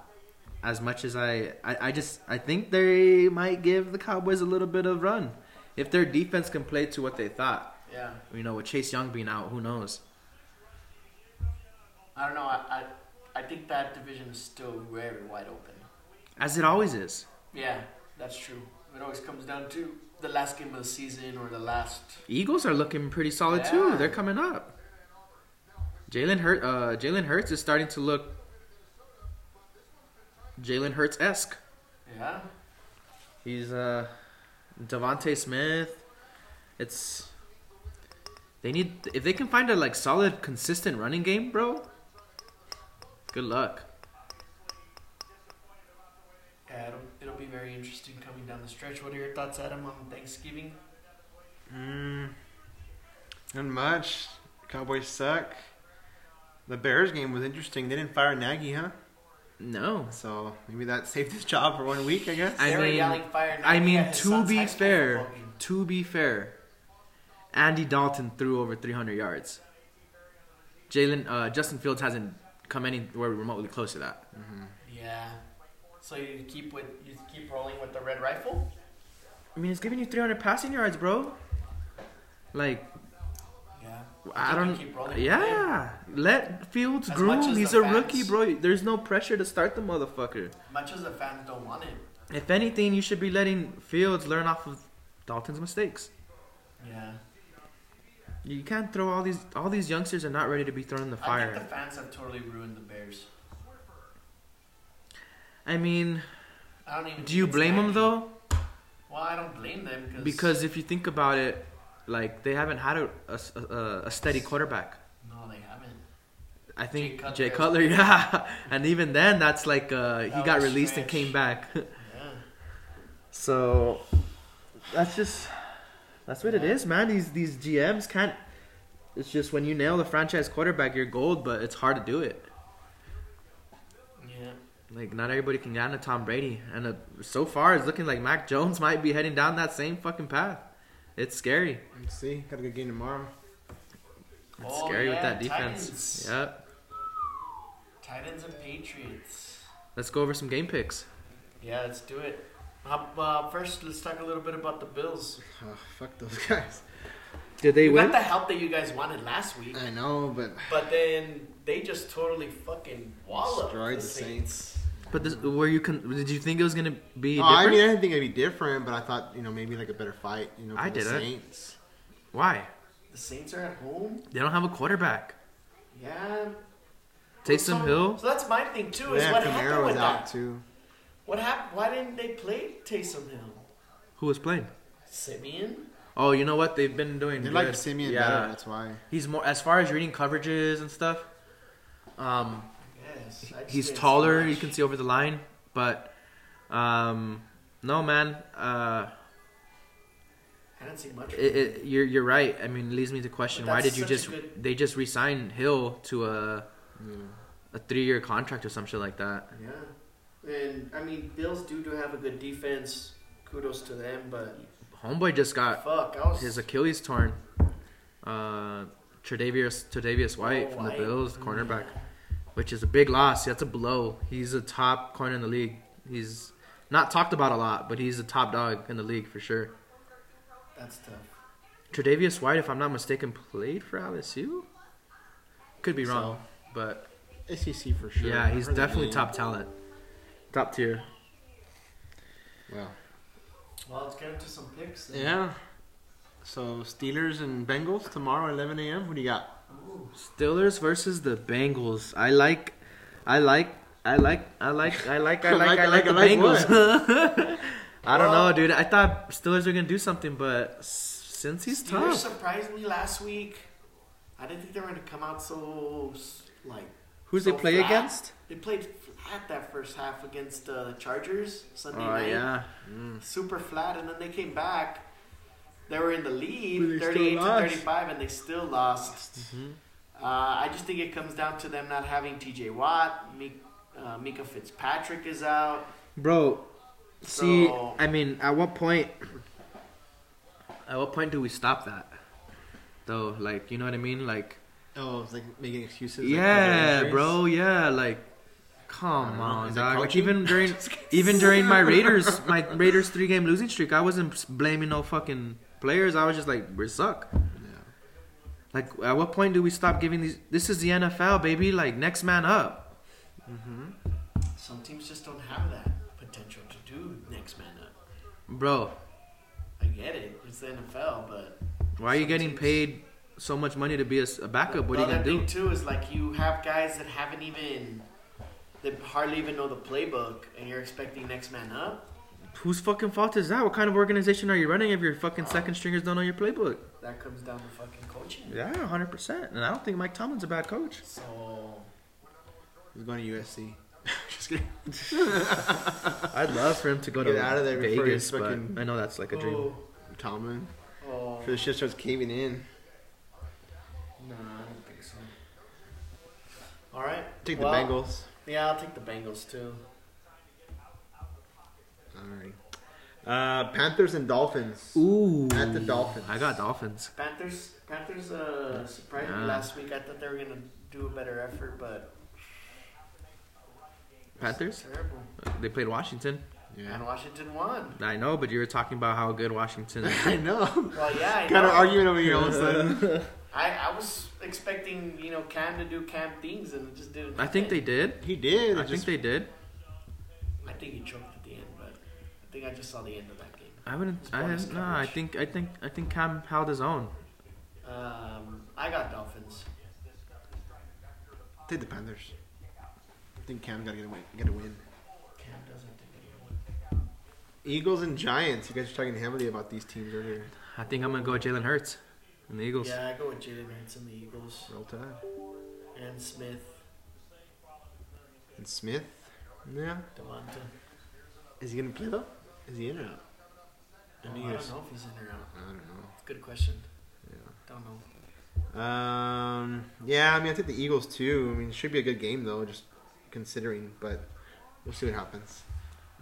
[SPEAKER 2] as much as I I, I just I think they might give the Cowboys a little bit of run if their defense can play to what they thought.
[SPEAKER 3] yeah.
[SPEAKER 2] You know, with Chase Young being out, who knows?
[SPEAKER 3] I don't know. I, I I think that division is still very wide open.
[SPEAKER 2] As it always is.
[SPEAKER 3] Yeah, that's true. It always comes down to the last game of the season or the last.
[SPEAKER 2] Eagles are looking pretty solid
[SPEAKER 3] Yeah.
[SPEAKER 2] too. They're coming up. Jalen Hurt, uh, Jalen Hurts is starting to look Jalen Hurts esque.
[SPEAKER 3] Yeah.
[SPEAKER 2] He's uh, Devonte Smith. It's they need if they can find a like solid, consistent running game, bro. Good luck.
[SPEAKER 3] Yeah, it'll, it'll be very interesting coming down the stretch. What are your thoughts, Adam, on Thanksgiving?
[SPEAKER 1] Mm, not much. Cowboys suck. The Bears game was interesting. They didn't fire Nagy, huh?
[SPEAKER 2] No,
[SPEAKER 1] So maybe that saved his job for one week, I guess.
[SPEAKER 2] I
[SPEAKER 3] They were
[SPEAKER 2] mean-
[SPEAKER 3] yelling fire
[SPEAKER 2] I
[SPEAKER 3] Nagy
[SPEAKER 2] mean
[SPEAKER 3] at his
[SPEAKER 2] to
[SPEAKER 3] son's high
[SPEAKER 2] be
[SPEAKER 3] school
[SPEAKER 2] fair,
[SPEAKER 3] football game.
[SPEAKER 2] to be fair, Andy Dalton threw over 300 yards. Jalen uh, Justin Fields hasn't come anywhere remotely close to that.
[SPEAKER 3] Yeah. So you keep with you keep rolling with the red rifle.
[SPEAKER 2] I mean, it's giving you 300 passing yards, bro. Like
[SPEAKER 3] Yeah.
[SPEAKER 2] I
[SPEAKER 3] think you
[SPEAKER 2] don't.
[SPEAKER 3] keep rolling with him.
[SPEAKER 2] Yeah, let Fields
[SPEAKER 3] As much
[SPEAKER 2] groom.
[SPEAKER 3] as
[SPEAKER 2] He's
[SPEAKER 3] the
[SPEAKER 2] a
[SPEAKER 3] fans-
[SPEAKER 2] rookie, bro. There's no pressure to start the motherfucker.
[SPEAKER 3] Much as the fans don't want it.
[SPEAKER 2] If anything, you should be letting Fields learn off of Dalton's mistakes.
[SPEAKER 3] Yeah.
[SPEAKER 2] You can't throw all these. All these youngsters are not ready to be thrown in the fire.
[SPEAKER 3] I think the fans have totally ruined the Bears.
[SPEAKER 2] I mean,
[SPEAKER 3] I don't even.
[SPEAKER 2] do you
[SPEAKER 3] think it's
[SPEAKER 2] blame him
[SPEAKER 3] Nagy.
[SPEAKER 2] though?
[SPEAKER 3] Well, I don't blame them because
[SPEAKER 2] Because if you think about it, like they haven't had a, a, a- a steady quarterback.
[SPEAKER 3] no, they haven't.
[SPEAKER 2] I think
[SPEAKER 3] Jay
[SPEAKER 2] Jay
[SPEAKER 3] Cutler.
[SPEAKER 2] Cutler, yeah. And even then, that's like uh, he
[SPEAKER 3] That
[SPEAKER 2] got
[SPEAKER 3] was
[SPEAKER 2] released and
[SPEAKER 3] trash.
[SPEAKER 2] came back.
[SPEAKER 3] Yeah.
[SPEAKER 2] so that's just that's what it is, man. These these GMs can't. It's just when you nail the franchise quarterback, you're gold. But it's hard to do it.
[SPEAKER 3] Yeah.
[SPEAKER 2] Like not everybody can get into Tom Brady, and uh, so far it's looking like Mac Jones might be heading down that same fucking path. It's scary.
[SPEAKER 1] Let's see. Got a good game tomorrow.
[SPEAKER 2] It's
[SPEAKER 3] Oh,
[SPEAKER 2] scary with
[SPEAKER 3] yeah,
[SPEAKER 2] that defense.
[SPEAKER 3] Titans.
[SPEAKER 2] Yep.
[SPEAKER 3] Titans and Patriots.
[SPEAKER 2] Let's go over some game picks.
[SPEAKER 3] Yeah, let's do it. Uh, uh, first, let's talk a little bit about the Bills.
[SPEAKER 1] Oh, fuck those guys.
[SPEAKER 2] Did they Uh.
[SPEAKER 3] You got the help that you guys wanted last week,
[SPEAKER 1] I know, but
[SPEAKER 3] but then they just totally fucking walloped
[SPEAKER 1] Destroyed
[SPEAKER 3] the
[SPEAKER 1] the
[SPEAKER 3] Saints.
[SPEAKER 2] But this, were you? Con- did you think it was gonna be
[SPEAKER 1] Oh,
[SPEAKER 2] different?
[SPEAKER 1] I mean, I didn't think it'd be different, but I thought you know maybe like a better fight. You know, for
[SPEAKER 2] I
[SPEAKER 1] the
[SPEAKER 2] didn't.
[SPEAKER 1] Saints.
[SPEAKER 2] Why?
[SPEAKER 3] The Saints are at home.
[SPEAKER 2] They don't have a quarterback.
[SPEAKER 3] Yeah.
[SPEAKER 2] Taysom
[SPEAKER 3] so,
[SPEAKER 2] Hill.
[SPEAKER 3] So that's my thing too. Is
[SPEAKER 1] Yeah,
[SPEAKER 3] what
[SPEAKER 1] Camaro
[SPEAKER 3] happened
[SPEAKER 1] was
[SPEAKER 3] with
[SPEAKER 1] out
[SPEAKER 3] that?
[SPEAKER 1] too.
[SPEAKER 3] What happened? Why didn't they play Taysom Hill?
[SPEAKER 2] Who was playing?
[SPEAKER 3] Simeon.
[SPEAKER 2] Oh, you know what? They've been doing.
[SPEAKER 1] They
[SPEAKER 2] good.
[SPEAKER 1] like Simeon better. That's why.
[SPEAKER 2] He's more as far as reading coverages and stuff. Um,
[SPEAKER 3] Yes. I just
[SPEAKER 2] he's
[SPEAKER 3] didn't see
[SPEAKER 2] taller.
[SPEAKER 3] much.
[SPEAKER 2] You can see over the line, but um, no, man. Uh,
[SPEAKER 3] I didn't see much.
[SPEAKER 2] it, it, you're you're right. I mean, it leads me to question:
[SPEAKER 3] But
[SPEAKER 2] Why
[SPEAKER 3] that's
[SPEAKER 2] did you
[SPEAKER 3] such
[SPEAKER 2] just?
[SPEAKER 3] a good-
[SPEAKER 2] They just re-signed Hill to a
[SPEAKER 1] Yeah.
[SPEAKER 2] a three-year contract or some shit like that.
[SPEAKER 3] yeah. And I mean, Bills do do have a good defense. Kudos to them, but
[SPEAKER 2] Homeboy just got
[SPEAKER 3] fuck, I was
[SPEAKER 2] Uh, his Achilles torn. Uh, Tre'Davious, Tre'Davious White
[SPEAKER 3] Oh,
[SPEAKER 2] from the
[SPEAKER 3] White.
[SPEAKER 2] Bills, cornerback, which is a big loss. That's a blow. He's a top corner in the league. He's not talked about a lot, but he's a top dog in the league for sure.
[SPEAKER 3] that's tough.
[SPEAKER 2] Tre'Davious White, if I'm not mistaken, played for LSU. Could be wrong, but
[SPEAKER 1] SEC E for sure.
[SPEAKER 2] yeah, he's
[SPEAKER 1] Heard that
[SPEAKER 2] definitely
[SPEAKER 1] name.
[SPEAKER 2] top talent, top tier.
[SPEAKER 1] Wow.
[SPEAKER 3] Well, let's get into some picks. Then.
[SPEAKER 1] Yeah. So Steelers and Bengals tomorrow at 11 a.m. What do you got?
[SPEAKER 3] Ooh.
[SPEAKER 2] Steelers versus the Bengals. I like, I like, I like, I like, I like, I like, I like, the
[SPEAKER 1] I like what?
[SPEAKER 2] Bengals. I don't
[SPEAKER 3] Well-
[SPEAKER 2] know, dude. I thought Steelers were gonna do something, but s- since he's
[SPEAKER 3] Steelers
[SPEAKER 2] tough,
[SPEAKER 3] surprised me last week. I didn't think they were going to come out so s- like.
[SPEAKER 2] who's
[SPEAKER 3] so
[SPEAKER 2] they play
[SPEAKER 3] flat.
[SPEAKER 2] against?
[SPEAKER 3] They played flat that first half against uh, the Chargers Sunday
[SPEAKER 2] Oh
[SPEAKER 3] night.
[SPEAKER 2] yeah,
[SPEAKER 3] Super flat, and then they came back. They were in the
[SPEAKER 1] But
[SPEAKER 3] lead,
[SPEAKER 1] they still
[SPEAKER 3] 38 to
[SPEAKER 1] lost.
[SPEAKER 3] 35, and they still lost.
[SPEAKER 2] Mm-hmm.
[SPEAKER 3] Uh, I just think it comes down to them not having T.J. Watt. Mi- uh, Mika Fitzpatrick is out.
[SPEAKER 2] bro. See,
[SPEAKER 3] So-
[SPEAKER 2] I mean, at what point? At what point do we stop that? Though, like, you know what I mean? Like,
[SPEAKER 1] Oh, it's like making excuses. like, for their
[SPEAKER 2] yeah,
[SPEAKER 1] injuries.
[SPEAKER 2] bro. Yeah,
[SPEAKER 1] I
[SPEAKER 2] like,
[SPEAKER 1] don't
[SPEAKER 2] come
[SPEAKER 1] know.
[SPEAKER 2] on,
[SPEAKER 1] Is it
[SPEAKER 2] dog. Like
[SPEAKER 1] coaching?
[SPEAKER 2] even during even during my Raiders my Raiders three game losing streak, I wasn't blaming no fucking players. I was just like, we suck. Like, at what point do we stop giving these? This is the NFL, baby. Like, next man up.
[SPEAKER 3] Some teams just don't have that potential to do next man up.
[SPEAKER 2] Bro,
[SPEAKER 3] I get it. It's the NFL, but
[SPEAKER 2] why are you
[SPEAKER 3] Some
[SPEAKER 2] getting
[SPEAKER 3] teams-
[SPEAKER 2] paid so much money to be a, s- a backup? What are you
[SPEAKER 3] The
[SPEAKER 2] going
[SPEAKER 3] other
[SPEAKER 2] to do?
[SPEAKER 3] thing too is like you have guys that haven't even, that hardly even know the playbook, and you're expecting next man up.
[SPEAKER 2] Whose fucking fault is that? What kind of organization are you running if your fucking second stringers don't know your playbook?
[SPEAKER 3] That comes down to fucking coaching.
[SPEAKER 2] Yeah, 100%. And I don't think Mike Tomlin's a bad coach.
[SPEAKER 3] So
[SPEAKER 1] He's going to USC. Just kidding.
[SPEAKER 2] I'd love for him to go
[SPEAKER 1] Get
[SPEAKER 2] to
[SPEAKER 1] out of there before
[SPEAKER 2] Vegas,
[SPEAKER 1] he's
[SPEAKER 2] but
[SPEAKER 1] fucking-
[SPEAKER 2] I know that's like a dream.
[SPEAKER 1] Tomlin.
[SPEAKER 3] Oh, oh,
[SPEAKER 1] For the shit starts caving in.
[SPEAKER 3] no, I don't think so. All right,
[SPEAKER 1] Take
[SPEAKER 3] well,
[SPEAKER 1] the Bengals.
[SPEAKER 3] Yeah, I'll take the Bengals too.
[SPEAKER 1] All right. Uh, Panthers and Dolphins.
[SPEAKER 2] Ooh.
[SPEAKER 1] At the Dolphins.
[SPEAKER 2] I got Dolphins.
[SPEAKER 3] Panthers, Panthers uh, surprised
[SPEAKER 2] Yeah.
[SPEAKER 3] me last week. I thought they were gonna do a better effort, but
[SPEAKER 2] Panthers?
[SPEAKER 3] terrible.
[SPEAKER 2] They played Washington.
[SPEAKER 3] And Washington won.
[SPEAKER 2] I know, but you were talking about how good Washington is.
[SPEAKER 1] I know.
[SPEAKER 3] Well, yeah, I
[SPEAKER 1] Got an
[SPEAKER 3] know.
[SPEAKER 1] argument over here all of a sudden.
[SPEAKER 3] I, I was expecting, you know, Cam to do Cam things, and it just didn't.
[SPEAKER 2] I think they
[SPEAKER 3] happen.
[SPEAKER 2] did.
[SPEAKER 1] He did.
[SPEAKER 2] I
[SPEAKER 1] It's
[SPEAKER 2] think
[SPEAKER 1] just
[SPEAKER 2] they did.
[SPEAKER 3] I think he choked at the end, but I think I just saw the end of that game.
[SPEAKER 2] I wouldn't.
[SPEAKER 3] It's
[SPEAKER 2] I
[SPEAKER 3] bonus
[SPEAKER 2] haven't. No, I
[SPEAKER 3] coverage.
[SPEAKER 2] think. I think. I think Cam held his own.
[SPEAKER 3] Um, I got Dolphins.
[SPEAKER 1] take the Panthers. I think Cam got to get a win. Get a win.
[SPEAKER 3] Cam doesn't think he won.
[SPEAKER 1] Eagles and Giants. You guys were talking heavily about these teams earlier.
[SPEAKER 2] I think I'm gonna go Jalen Hurts and the Eagles.
[SPEAKER 3] Yeah, I go with Jalen Hurts and the Eagles
[SPEAKER 1] Roll Tide.
[SPEAKER 3] and Smith,
[SPEAKER 1] And Smith. Yeah.
[SPEAKER 3] Devonta.
[SPEAKER 1] Is he gonna play though? Is he in or out?
[SPEAKER 3] Oh,
[SPEAKER 1] And
[SPEAKER 3] I don't know
[SPEAKER 1] Eagles.
[SPEAKER 3] if he's in or out.
[SPEAKER 1] I don't know.
[SPEAKER 3] Good question.
[SPEAKER 1] Yeah.
[SPEAKER 3] Don't know.
[SPEAKER 1] Um. Yeah. I mean, I think the Eagles too. I mean, it should be a good game though, just considering. But we'll see what happens.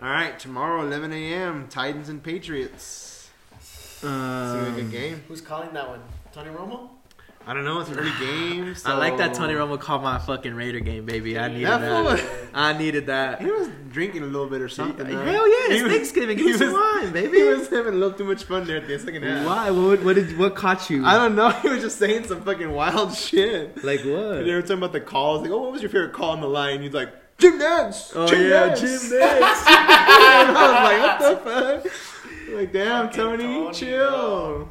[SPEAKER 1] All right. Tomorrow, 11 a.m. Titans and Patriots. It's gonna
[SPEAKER 2] Um,
[SPEAKER 1] be a good game.
[SPEAKER 3] Who's calling that one? Tony Romo?
[SPEAKER 1] I don't know. It's an early game.
[SPEAKER 2] I like that
[SPEAKER 1] so-
[SPEAKER 2] Tony Romo called my fucking Raider game, baby. I needed
[SPEAKER 1] That
[SPEAKER 2] that.
[SPEAKER 1] fool-
[SPEAKER 2] I needed that.
[SPEAKER 1] He was drinking a little bit or something. huh?
[SPEAKER 2] Hell yeah! It's
[SPEAKER 1] He was-
[SPEAKER 2] Thanksgiving.
[SPEAKER 1] he
[SPEAKER 2] Give me some
[SPEAKER 1] was-
[SPEAKER 2] wine,
[SPEAKER 1] He
[SPEAKER 2] baby.
[SPEAKER 1] was having a little too much fun there at the second half.
[SPEAKER 2] Why? What? What did? What caught you?
[SPEAKER 1] I don't know. He was just saying some fucking wild shit.
[SPEAKER 2] like what?
[SPEAKER 1] They were talking about the calls. Like, oh, what was your favorite call on the line? He's like, Jim Nance.
[SPEAKER 2] Oh
[SPEAKER 1] Jim
[SPEAKER 2] yeah,
[SPEAKER 1] Nance."
[SPEAKER 2] Jim
[SPEAKER 1] And
[SPEAKER 2] Nance.
[SPEAKER 1] I was like, what the fuck? Like, damn,
[SPEAKER 3] Fucking
[SPEAKER 1] Tony,
[SPEAKER 3] Tony,
[SPEAKER 1] chill.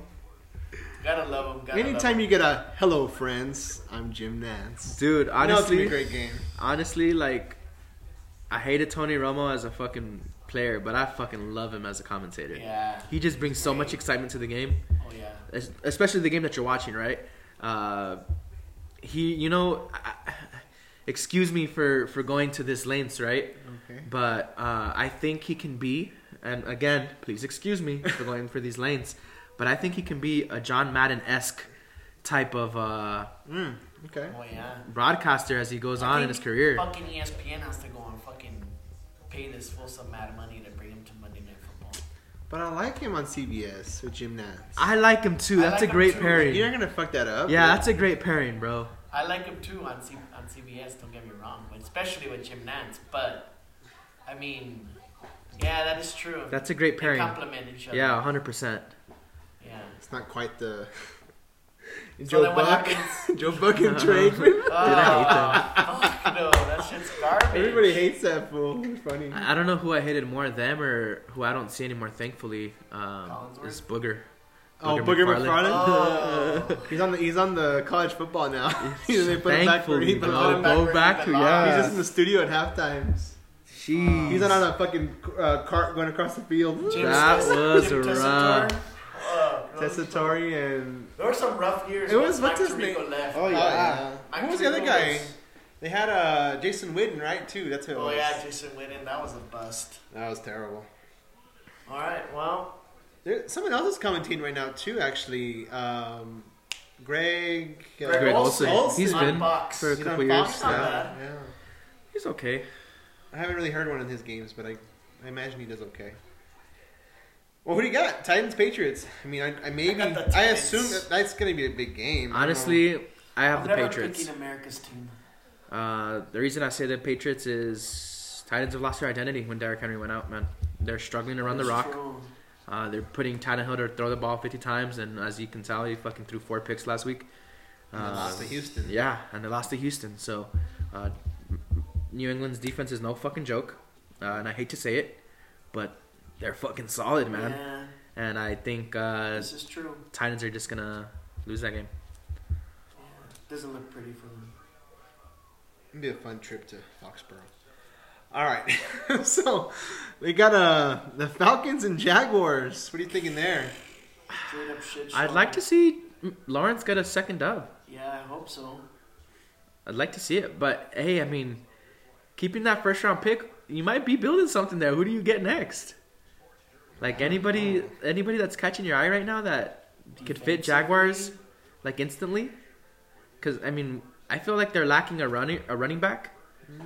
[SPEAKER 3] Gotta love him. Gotta love
[SPEAKER 1] Anytime you get a hello, friends, I'm Jim Nance.
[SPEAKER 2] Dude,
[SPEAKER 1] I know it's gonna
[SPEAKER 2] honestly,
[SPEAKER 1] be a great game.
[SPEAKER 2] honestly, like, I hated Tony Romo as a fucking player, but I fucking love him as a commentator.
[SPEAKER 3] him. Yeah.
[SPEAKER 2] He just brings so much excitement to the game,
[SPEAKER 3] Oh, yeah.
[SPEAKER 2] es- especially the game that you're watching, right? Uh, he, you know, I, I- excuse me for for going to this lengths, right?
[SPEAKER 1] Okay.
[SPEAKER 2] But uh, I think he can be, and again, please excuse me for going for these lanes, but I think he can be a John Madden esque type of uh,
[SPEAKER 1] Mm, okay.
[SPEAKER 3] Oh, yeah.
[SPEAKER 2] broadcaster as he goes
[SPEAKER 3] I
[SPEAKER 2] on in
[SPEAKER 3] think E
[SPEAKER 2] his career.
[SPEAKER 3] Fucking ESPN has to go on fucking pay pay this fool some mad money to bring him to Monday Night Football.
[SPEAKER 1] But I like him on CBS with Jim Nance.
[SPEAKER 2] I like him too.
[SPEAKER 3] I
[SPEAKER 2] That's
[SPEAKER 3] like
[SPEAKER 2] a
[SPEAKER 3] him
[SPEAKER 2] great
[SPEAKER 3] too.
[SPEAKER 2] pairing.
[SPEAKER 1] You're not gonna fuck that up.
[SPEAKER 2] Yeah, that's a great pairing, bro.
[SPEAKER 3] I like him too on C- on CBS. Don't get me wrong, but especially with Jim Nance. But I mean, yeah, that is true.
[SPEAKER 2] That's a great
[SPEAKER 3] they
[SPEAKER 2] pairing.
[SPEAKER 3] complement each other.
[SPEAKER 2] Yeah, 100%.
[SPEAKER 3] Yeah.
[SPEAKER 1] it's not quite the
[SPEAKER 3] So
[SPEAKER 1] Joe
[SPEAKER 3] then what
[SPEAKER 1] Buck.
[SPEAKER 3] happens?
[SPEAKER 1] Joe Buck and Drake.
[SPEAKER 3] Oh, fuck no, that shit's garbage.
[SPEAKER 1] Everybody hates that fool. It's funny.
[SPEAKER 2] I I don't know who I hated more, them or who I don't see anymore, thankfully, um,
[SPEAKER 3] Collinsworth?
[SPEAKER 2] is Booger.
[SPEAKER 1] Oh,
[SPEAKER 2] Booger
[SPEAKER 1] Booger
[SPEAKER 2] McFarlane.
[SPEAKER 1] McFarlane.
[SPEAKER 3] Oh.
[SPEAKER 1] he's on the he's on the college football now. they put him back for
[SPEAKER 2] Thankfully,
[SPEAKER 1] he put him
[SPEAKER 2] bro.
[SPEAKER 1] on-
[SPEAKER 3] back
[SPEAKER 2] Go
[SPEAKER 3] where
[SPEAKER 2] back
[SPEAKER 3] he
[SPEAKER 2] to,
[SPEAKER 3] belongs.
[SPEAKER 1] He's
[SPEAKER 2] yeah.
[SPEAKER 1] just in the studio at halftime.
[SPEAKER 2] Jeez.
[SPEAKER 1] He's on a fucking uh, cart going across the field.
[SPEAKER 3] Jim
[SPEAKER 2] That
[SPEAKER 3] Tess-
[SPEAKER 2] was
[SPEAKER 3] Jim
[SPEAKER 2] rough.
[SPEAKER 3] Tessitore. Oh, those-
[SPEAKER 1] Tessitore and
[SPEAKER 3] There were some rough years.
[SPEAKER 1] It
[SPEAKER 3] when
[SPEAKER 1] was-
[SPEAKER 3] Mike
[SPEAKER 1] what's his
[SPEAKER 3] Tirico
[SPEAKER 1] name?
[SPEAKER 3] Left.
[SPEAKER 2] Oh, yeah.
[SPEAKER 3] Mike
[SPEAKER 1] Who was the other
[SPEAKER 3] Tirico
[SPEAKER 1] guy?
[SPEAKER 3] was-
[SPEAKER 1] They had uh, Jason Witten, right? Too. That's who. it
[SPEAKER 3] Oh
[SPEAKER 1] was.
[SPEAKER 3] yeah, Jason Witten. That was a bust.
[SPEAKER 1] That was terrible.
[SPEAKER 3] All right. Well,
[SPEAKER 1] There, someone else is commenting right now too. Actually, um, Greg. Uh,
[SPEAKER 3] Greg
[SPEAKER 2] Greg Olsen.
[SPEAKER 3] Olsen.
[SPEAKER 1] Olsen.
[SPEAKER 2] He's
[SPEAKER 3] on
[SPEAKER 2] been
[SPEAKER 3] Fox.
[SPEAKER 2] for a
[SPEAKER 1] He's
[SPEAKER 2] couple
[SPEAKER 1] on
[SPEAKER 2] years.
[SPEAKER 1] Fox
[SPEAKER 3] now.
[SPEAKER 1] Yeah, yeah.
[SPEAKER 2] He's okay.
[SPEAKER 1] I haven't really heard one of his games, but I, I imagine he does okay. Well, who do you got? Titans, Patriots. I mean, I, I maybe
[SPEAKER 3] got
[SPEAKER 1] I,
[SPEAKER 3] the Titans.
[SPEAKER 1] assume that that's going to be a big game. I don't
[SPEAKER 2] Honestly, I have
[SPEAKER 3] I'm
[SPEAKER 2] the
[SPEAKER 3] never
[SPEAKER 2] Patriots.
[SPEAKER 3] picking America's team.
[SPEAKER 2] Uh, the reason I say the Patriots is Titans have lost their identity when Derrick Henry went out, man. They're struggling to run the
[SPEAKER 3] It's
[SPEAKER 2] rock.
[SPEAKER 3] true.
[SPEAKER 2] Uh, they're putting Tannehill to throw the ball 50 times, and as you can tell, he fucking threw four picks last week.
[SPEAKER 1] know. And they lost
[SPEAKER 2] Um,
[SPEAKER 1] to Houston.
[SPEAKER 2] Yeah, and they lost to Houston. So uh, New England's defense is no fucking joke, uh, and I hate to say it, but they're fucking solid, man.
[SPEAKER 3] Yeah,
[SPEAKER 2] And I think uh,
[SPEAKER 3] this is true.
[SPEAKER 2] Titans are just gonna lose that game.
[SPEAKER 3] Yeah. Doesn't look pretty for them.
[SPEAKER 1] It'd be a fun trip to Foxborough. All right, so we got uh, the Falcons and Jaguars. What are you thinking there?
[SPEAKER 3] Straight up shit.
[SPEAKER 2] I'd
[SPEAKER 3] show.
[SPEAKER 2] like to see Lawrence get a second dub.
[SPEAKER 3] Yeah, I hope so.
[SPEAKER 2] I'd like to see it, but hey, I mean, keeping that first round pick, you might be building something there. Who do you get next? Like anybody, anybody that's catching your eye right now that could fit Jaguars, like instantly, because I mean, I feel like they're lacking a running a running back, um,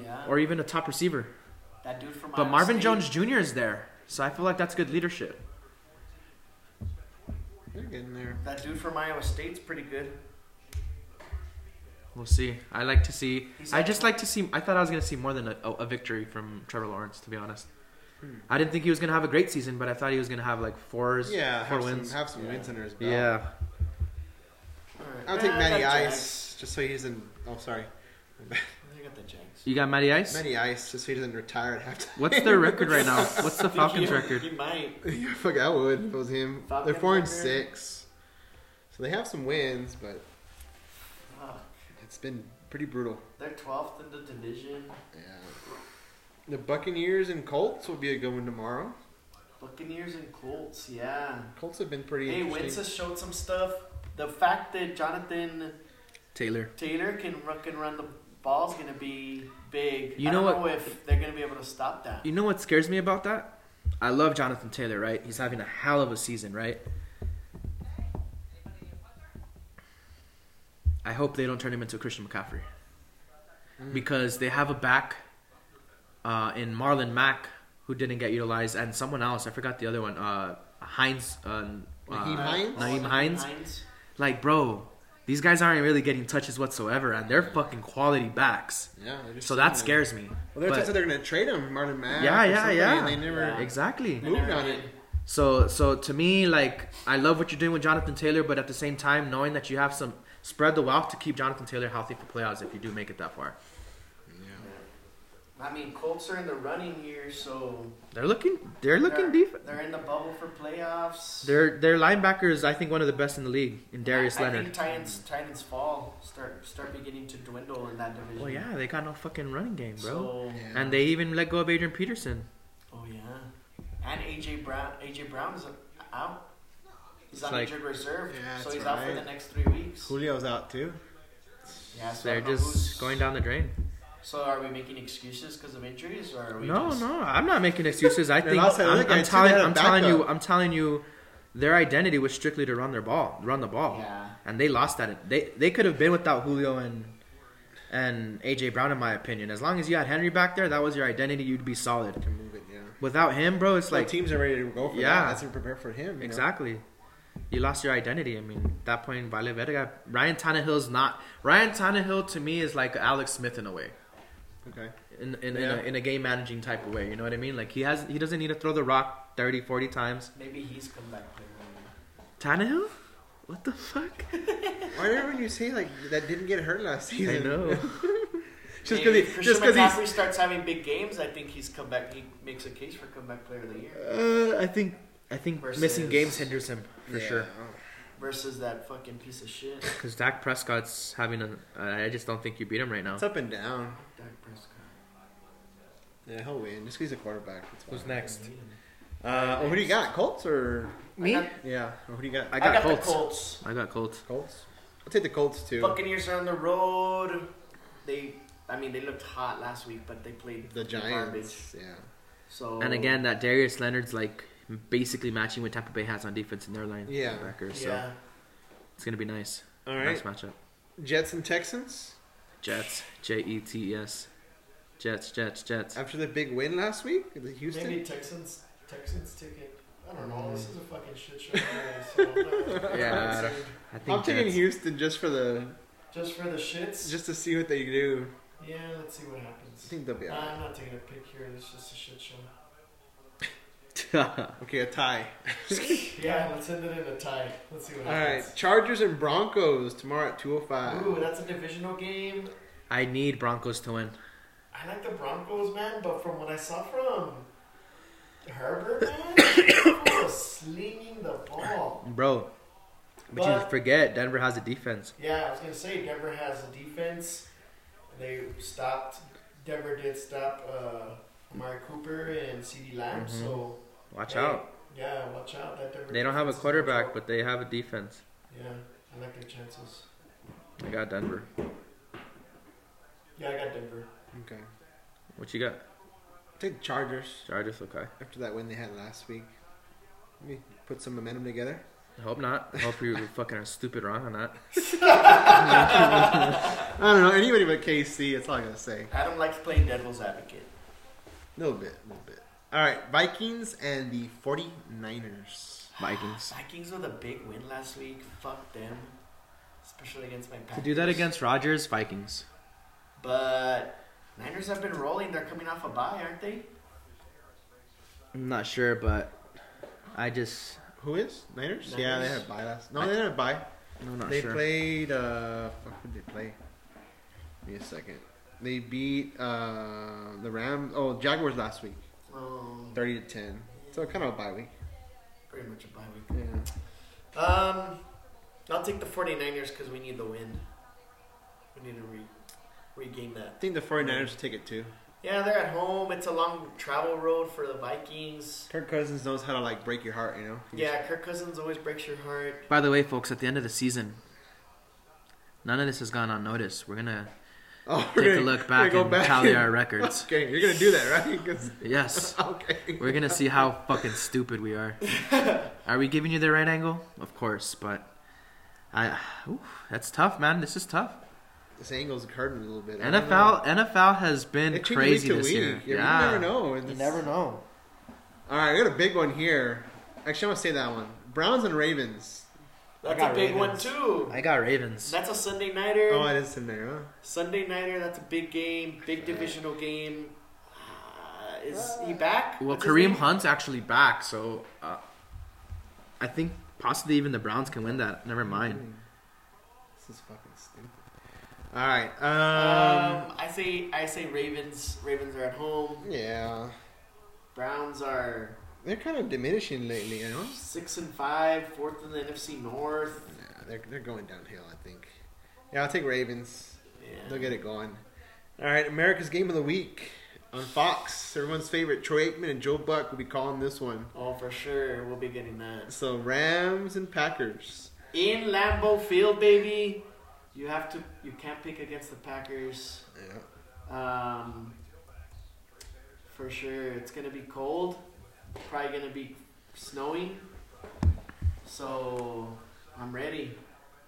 [SPEAKER 3] Mm-hmm. Yeah.
[SPEAKER 2] or even a top receiver.
[SPEAKER 3] That dude from.
[SPEAKER 2] But
[SPEAKER 3] Iowa
[SPEAKER 2] Marvin
[SPEAKER 3] State.
[SPEAKER 2] Jones Jr. is there, so I feel like that's good leadership.
[SPEAKER 1] They're getting there.
[SPEAKER 3] That dude from Iowa State's pretty good.
[SPEAKER 2] We'll see. I like to see.
[SPEAKER 3] He's
[SPEAKER 2] I just
[SPEAKER 3] actually-
[SPEAKER 2] like to see. I thought I was gonna see more than a, a, a victory from Trevor Lawrence, to be honest.
[SPEAKER 1] Hmm.
[SPEAKER 2] I didn't think he was gonna have a great season, but I thought he was gonna have like fours,
[SPEAKER 1] Yeah,
[SPEAKER 2] four
[SPEAKER 1] have some,
[SPEAKER 2] wins.
[SPEAKER 1] have some wins
[SPEAKER 3] Yeah.
[SPEAKER 1] in his belt.
[SPEAKER 2] yeah,
[SPEAKER 3] All right.
[SPEAKER 1] I'll take
[SPEAKER 3] Yeah, I
[SPEAKER 1] Matty
[SPEAKER 3] got
[SPEAKER 1] Ice just so he doesn't. Oh, sorry,
[SPEAKER 3] Jags. I got the Jags.
[SPEAKER 2] you got Matty Ice.
[SPEAKER 1] Matty Ice just so he doesn't retire at halftime.
[SPEAKER 2] What's their record right now? What's the
[SPEAKER 3] Think
[SPEAKER 2] Falcons
[SPEAKER 3] he-
[SPEAKER 2] record?
[SPEAKER 3] He might.
[SPEAKER 1] yeah, fuck, I would if it was him.
[SPEAKER 3] Falcons
[SPEAKER 1] They're four and
[SPEAKER 3] record.
[SPEAKER 1] six, so they have some wins, but
[SPEAKER 3] Fuck.
[SPEAKER 1] it's been pretty brutal.
[SPEAKER 3] They're 12th in the division.
[SPEAKER 1] Yeah. The Buccaneers and Colts will be a good one tomorrow.
[SPEAKER 3] Buccaneers and Colts, yeah.
[SPEAKER 1] Colts have been pretty.
[SPEAKER 3] Hey,
[SPEAKER 1] interesting.
[SPEAKER 3] Wentz showed some stuff. The fact that Jonathan
[SPEAKER 2] Taylor.
[SPEAKER 3] Taylor can run, can run the ball is going to be big.
[SPEAKER 2] You
[SPEAKER 3] I
[SPEAKER 2] know
[SPEAKER 3] don't
[SPEAKER 2] what-
[SPEAKER 3] know if they're going to be able to stop that.
[SPEAKER 2] You know what scares me about that? I love Jonathan Taylor, right? He's having a hell of a season, right? I hope they don't turn him into Christian McCaffrey. Because they have a back uh, in Marlon Mack who didn't get utilized, and someone else, I forgot the other one, uh, Hines. Uh,
[SPEAKER 1] Naheem
[SPEAKER 2] uh,
[SPEAKER 1] Hines?
[SPEAKER 2] Naheem Hines. Like, bro, these guys aren't really getting touches whatsoever, and they're fucking quality backs.
[SPEAKER 1] Yeah. they're just
[SPEAKER 2] So that
[SPEAKER 1] sitting there.
[SPEAKER 2] scares me.
[SPEAKER 1] Well, they're
[SPEAKER 2] But-
[SPEAKER 1] just they're gonna trade him, Martin Mack.
[SPEAKER 2] yeah,
[SPEAKER 1] or
[SPEAKER 2] yeah,
[SPEAKER 1] somebody,
[SPEAKER 2] yeah.
[SPEAKER 1] And they never.
[SPEAKER 3] Yeah.
[SPEAKER 2] Exactly.
[SPEAKER 1] Moved on it.
[SPEAKER 2] So so to me, like I love what you're doing with Jonathan Taylor, but at the same time, knowing that you have some spread the wealth to keep Jonathan Taylor healthy for playoffs if you do make it that far.
[SPEAKER 3] I mean, Colts are in the running here, so
[SPEAKER 2] They're looking they're looking
[SPEAKER 3] they're,
[SPEAKER 2] deep.
[SPEAKER 3] They're in the bubble for playoffs.
[SPEAKER 2] Their their linebacker is I think one of the best in the league in Darius
[SPEAKER 3] I, I
[SPEAKER 2] Leonard.
[SPEAKER 3] think Titans Titans fall start start beginning to dwindle in that division.
[SPEAKER 2] well, yeah, they got no fucking running game, bro.
[SPEAKER 3] So,
[SPEAKER 1] Yeah.
[SPEAKER 2] And they even let go of Adrian Peterson.
[SPEAKER 3] Oh yeah, and AJ Brown. AJ Brown is out. He's
[SPEAKER 2] It's
[SPEAKER 3] on
[SPEAKER 2] like-
[SPEAKER 3] injured reserve,
[SPEAKER 1] Yeah,
[SPEAKER 3] so
[SPEAKER 1] that's
[SPEAKER 3] he's out for
[SPEAKER 1] right.
[SPEAKER 3] the next three weeks.
[SPEAKER 1] Julio's out too.
[SPEAKER 3] Yeah, so I
[SPEAKER 2] They're
[SPEAKER 3] don't know who's-
[SPEAKER 2] just going down the drain.
[SPEAKER 3] So are we making excuses because of injuries, or are we?
[SPEAKER 2] No,
[SPEAKER 3] just,
[SPEAKER 2] no, I'm not making excuses. I
[SPEAKER 1] They
[SPEAKER 2] think
[SPEAKER 1] lost that
[SPEAKER 2] I'm,
[SPEAKER 1] other guy
[SPEAKER 2] I'm
[SPEAKER 1] too,
[SPEAKER 2] telling
[SPEAKER 1] they had a
[SPEAKER 2] I'm telling you
[SPEAKER 1] backup.
[SPEAKER 2] I'm telling you their identity was strictly to run their ball, run the ball.
[SPEAKER 3] Yeah.
[SPEAKER 2] and they lost that. They they could have been without Julio and and AJ Brown, in my opinion. As long as you had Henry back there, that was your identity. You'd be solid.
[SPEAKER 1] Can move it, yeah.
[SPEAKER 2] Without him, bro, it's
[SPEAKER 1] Like
[SPEAKER 2] like
[SPEAKER 1] teams are ready to go for
[SPEAKER 2] Yeah.
[SPEAKER 1] that. That's to prepare for him. you know?
[SPEAKER 2] Exactly. You lost your identity. I mean, at that point, Violet Vega got Ryan Tannehill's not Ryan Tannehill to me is like Alex Smith in a way,
[SPEAKER 1] Okay.
[SPEAKER 2] in in,
[SPEAKER 1] Yeah.
[SPEAKER 2] in, a, in a game managing type of way. You know what I mean? Like he has he doesn't need to throw the rock 30, 40 times.
[SPEAKER 3] Maybe he's come back. player.
[SPEAKER 2] Tannehill, what the fuck?
[SPEAKER 1] Why did everyone you say like that didn't get hurt last
[SPEAKER 2] I
[SPEAKER 1] season?
[SPEAKER 2] know.
[SPEAKER 1] Just
[SPEAKER 3] Maybe
[SPEAKER 1] because
[SPEAKER 3] if
[SPEAKER 1] just
[SPEAKER 3] Christian
[SPEAKER 1] because he's.
[SPEAKER 3] McCaffrey starts having big games, I think he's come back. He makes a case for comeback player of the year
[SPEAKER 2] Uh, I think I think missing
[SPEAKER 3] Versus-
[SPEAKER 2] games hinders him for
[SPEAKER 1] Yeah. oh.
[SPEAKER 2] sure.
[SPEAKER 3] versus that fucking piece of shit.
[SPEAKER 2] Because Dak Prescott's having an. I just don't think you beat him right now.
[SPEAKER 1] It's up and down.
[SPEAKER 3] Dak Prescott.
[SPEAKER 1] Yeah, he'll win. Just 'cause he's a quarterback. That's
[SPEAKER 2] Who's
[SPEAKER 1] fine.
[SPEAKER 2] next?
[SPEAKER 1] Uh, well, who do you got? Colts or
[SPEAKER 2] Me?
[SPEAKER 3] I
[SPEAKER 2] I
[SPEAKER 3] got,
[SPEAKER 1] yeah? Or who do you got?
[SPEAKER 2] I
[SPEAKER 3] I
[SPEAKER 2] got
[SPEAKER 3] got
[SPEAKER 2] Colts.
[SPEAKER 3] the Colts.
[SPEAKER 2] got Colts.
[SPEAKER 1] Colts. I'll take the Colts too.
[SPEAKER 3] Buccaneers are on the road. They, I mean, they looked hot last week, but they played
[SPEAKER 1] The
[SPEAKER 3] garbage.
[SPEAKER 1] Giants. Yeah.
[SPEAKER 3] So
[SPEAKER 1] Oh.
[SPEAKER 2] And again, that Darius Leonard's like basically matching what Tampa Bay has on defense in their line.
[SPEAKER 1] Yeah.
[SPEAKER 2] linebackers, so
[SPEAKER 3] yeah,
[SPEAKER 2] it's gonna be nice.
[SPEAKER 1] All
[SPEAKER 2] Nice
[SPEAKER 1] right.
[SPEAKER 2] matchup.
[SPEAKER 1] Jets and Texans.
[SPEAKER 2] Jets. J E T E S. Jets. Jets. Jets.
[SPEAKER 1] After the big win last week, the Houston. Mm.
[SPEAKER 4] Maybe Texans Texans ticket. I don't know. This is a fucking shit show. Anyway, so
[SPEAKER 2] Yeah, I
[SPEAKER 4] Let's
[SPEAKER 2] don't-
[SPEAKER 4] see.
[SPEAKER 2] I think
[SPEAKER 1] I'm taking
[SPEAKER 2] Jets.
[SPEAKER 1] Houston just for the
[SPEAKER 4] Just for the shits.
[SPEAKER 1] just to see what they do.
[SPEAKER 4] yeah, let's see what
[SPEAKER 1] I
[SPEAKER 4] happens.
[SPEAKER 1] think they'll be
[SPEAKER 4] Nah,
[SPEAKER 1] all right.
[SPEAKER 4] I'm not taking a pick here. It's just a shit show.
[SPEAKER 1] Okay, a tie.
[SPEAKER 4] Yeah, let's end it in a tie. Let's see what
[SPEAKER 1] All right,
[SPEAKER 4] happens.
[SPEAKER 1] Chargers and Broncos tomorrow at 2:05.
[SPEAKER 4] Ooh, that's a divisional game.
[SPEAKER 2] I need Broncos to win.
[SPEAKER 4] I like the Broncos, man, but from what I saw from Herbert, man, he was slinging the ball.
[SPEAKER 2] Bro. But, you
[SPEAKER 4] But-
[SPEAKER 2] forget Denver has a defense.
[SPEAKER 4] Yeah, I was gonna say Denver has a defense. They stopped. Denver did stop uh, Amari Cooper and Ceedee Lamb.
[SPEAKER 2] Mhm.
[SPEAKER 4] So
[SPEAKER 2] Watch
[SPEAKER 4] hey,
[SPEAKER 2] out.
[SPEAKER 4] Yeah, watch out. That Denver
[SPEAKER 2] They don't have a
[SPEAKER 4] defense is
[SPEAKER 2] quarterback,
[SPEAKER 4] control.
[SPEAKER 2] but they have a defense.
[SPEAKER 4] yeah, I like their chances.
[SPEAKER 2] I got Denver.
[SPEAKER 4] Yeah, I got Denver.
[SPEAKER 1] Okay,
[SPEAKER 2] What you got?
[SPEAKER 1] take the Chargers
[SPEAKER 2] Chargers. Okay.
[SPEAKER 1] after that win they had last week. Let me put some momentum together.
[SPEAKER 2] I hope not. I hope you were fucking are stupid wrong on that.
[SPEAKER 1] I don't know anybody but KC. That's all I gotta say.
[SPEAKER 3] Adam likes playing devil's advocate.
[SPEAKER 1] A little bit, a little bit. All right, Vikings and the 49ers.
[SPEAKER 2] Vikings.
[SPEAKER 3] Vikings with a big win last week. Fuck them, especially against my Packers.
[SPEAKER 2] To do that against Rodgers, Vikings.
[SPEAKER 3] But Niners have been rolling. They're coming off a bye, aren't they?
[SPEAKER 2] I'm not sure, but I just
[SPEAKER 1] Who is Niners? Yeah, they had a
[SPEAKER 3] Niners.
[SPEAKER 1] bye last. No, they had a bye.
[SPEAKER 2] I'm not
[SPEAKER 1] they
[SPEAKER 2] sure.
[SPEAKER 1] played. Uh, fuck, who did they play? Give me a second. They beat uh, the Rams. Oh, Jaguars last week,
[SPEAKER 3] Um,
[SPEAKER 1] thirty to ten. So kind of a bye week.
[SPEAKER 3] pretty much a bye week.
[SPEAKER 1] Yeah.
[SPEAKER 3] Um, I'll take the 49ers because we need the win. We need to re- regain that.
[SPEAKER 1] I think the 49ers will take it too.
[SPEAKER 3] Yeah, they're at home. It's a long travel road for the Vikings.
[SPEAKER 1] Kirk Cousins knows how to like break your heart, you know. He
[SPEAKER 3] Yeah, Kirk Cousins always breaks your heart.
[SPEAKER 2] By the way, folks, at the end of the season, none of this has gone unnoticed. We're gonna
[SPEAKER 1] just- Oh,
[SPEAKER 2] take a look back and tally our records.
[SPEAKER 1] Okay, you're gonna do that, right? 'Cause-
[SPEAKER 2] Yes,
[SPEAKER 1] okay.
[SPEAKER 2] we're gonna see how fucking stupid we are. Are we giving you the right angle? Of course, but I. Oof, that's tough, man. This is tough.
[SPEAKER 1] This angle's hurting a little bit. I don't know.
[SPEAKER 2] NFL NFL has been
[SPEAKER 1] It changes
[SPEAKER 2] crazy
[SPEAKER 1] week to
[SPEAKER 2] this
[SPEAKER 1] week.
[SPEAKER 2] year.
[SPEAKER 1] You
[SPEAKER 2] yeah,
[SPEAKER 1] never know. It's-
[SPEAKER 2] know.
[SPEAKER 1] All right, I got a big one here. Actually, I'm gonna say that one. Browns and Ravens.
[SPEAKER 3] That's
[SPEAKER 2] got
[SPEAKER 3] a big one,
[SPEAKER 2] Ravens.
[SPEAKER 3] too.
[SPEAKER 2] I got Ravens.
[SPEAKER 3] That's a Sunday Nighter.
[SPEAKER 1] Oh, it is in there, huh?
[SPEAKER 3] Sunday Nighter, that's a big game. Big divisional game. Uh, is he back?
[SPEAKER 2] Well,
[SPEAKER 3] What's his
[SPEAKER 2] Kareem
[SPEAKER 3] name?
[SPEAKER 2] Hunt's actually back, so uh, I think possibly even the Browns can win that. Never mind.
[SPEAKER 1] Hmm. This is fucking stupid. All right. Um,
[SPEAKER 3] Um, I say I say Ravens. Ravens are at home.
[SPEAKER 1] yeah,
[SPEAKER 3] Browns are
[SPEAKER 1] they're kind of diminishing lately. You know,
[SPEAKER 3] six and five, fourth in the NFC North.
[SPEAKER 1] nah, they're they're going downhill. I think. Yeah, I'll take Ravens.
[SPEAKER 3] Yeah.
[SPEAKER 1] They'll get it going. All right, America's Game of the Week on Fox. Everyone's favorite, Troy Aikman and Joe Buck, will be calling this one.
[SPEAKER 3] Oh, for sure, we'll be getting that
[SPEAKER 1] So Rams and Packers.
[SPEAKER 3] in Lambeau Field, baby. You have to. You can't pick against the Packers.
[SPEAKER 1] Yeah.
[SPEAKER 3] Um, for sure, it's gonna be cold. Probably gonna be snowing. So I'm ready.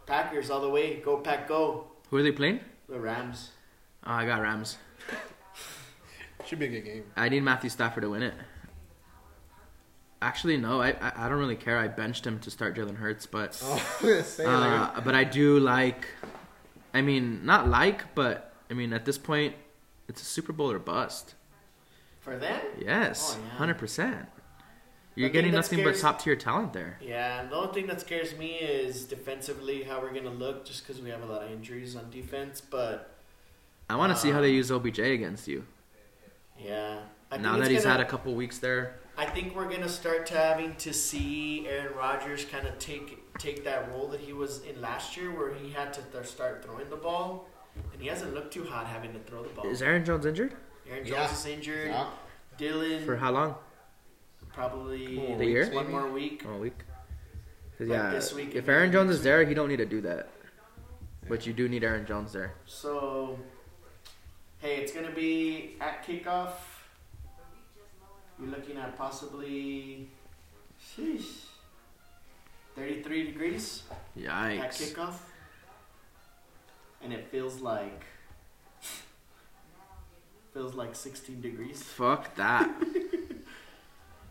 [SPEAKER 3] Packers all the way. Go pack, go.
[SPEAKER 2] Who are they playing?
[SPEAKER 3] The Ah, Rams.
[SPEAKER 2] Oh, I got Rams.
[SPEAKER 1] Should be a good game.
[SPEAKER 2] I need Matthew Stafford to win it. Actually, no, I I, I don't really care. I benched him to start Jalen Hurts, but
[SPEAKER 1] Oh, same.
[SPEAKER 2] uh, but I do like. I mean, not like, but I mean at this point, it's a Super Bowl or bust.
[SPEAKER 3] For them?
[SPEAKER 2] Yes,
[SPEAKER 3] Oh, yeah.
[SPEAKER 2] hundred percent. You're
[SPEAKER 3] The thing
[SPEAKER 2] getting
[SPEAKER 3] that
[SPEAKER 2] nothing but
[SPEAKER 3] scares-
[SPEAKER 2] top tier talent there.
[SPEAKER 3] Yeah, and the only thing that scares me is defensively how we're going to look just because we have a lot of injuries on defense. But
[SPEAKER 2] I want to see how
[SPEAKER 3] Uh,
[SPEAKER 2] they use OBJ against you.
[SPEAKER 3] yeah. I
[SPEAKER 2] Now
[SPEAKER 3] think
[SPEAKER 2] that
[SPEAKER 3] it's
[SPEAKER 2] he's
[SPEAKER 3] gonna,
[SPEAKER 2] had a couple weeks there,
[SPEAKER 3] I think we're going to start to having to see Aaron Rodgers kind of take take that role that he was in last year where he had to th- start throwing the ball. And he hasn't looked too hot having to throw the ball.
[SPEAKER 2] is Aaron Jones injured?
[SPEAKER 3] Aaron Jones
[SPEAKER 1] Yeah.
[SPEAKER 3] is injured.
[SPEAKER 1] Yeah.
[SPEAKER 3] Dylan
[SPEAKER 2] For how long?
[SPEAKER 3] probably
[SPEAKER 1] Four
[SPEAKER 2] The year?
[SPEAKER 1] weeks,
[SPEAKER 3] one
[SPEAKER 1] maybe?
[SPEAKER 3] more week.
[SPEAKER 2] Oh, a week. 'Cause,
[SPEAKER 3] But
[SPEAKER 2] yeah,
[SPEAKER 3] this week
[SPEAKER 2] if
[SPEAKER 3] and
[SPEAKER 2] Aaron
[SPEAKER 3] then
[SPEAKER 2] Jones is there, he don't need to do that. But you do need Aaron Jones there.
[SPEAKER 3] So, hey, it's going to be at kickoff. You're looking at possibly sheesh, 33 degrees at
[SPEAKER 2] Yikes.
[SPEAKER 3] kickoff. And it feels like feels like 16 degrees.
[SPEAKER 2] Fuck that.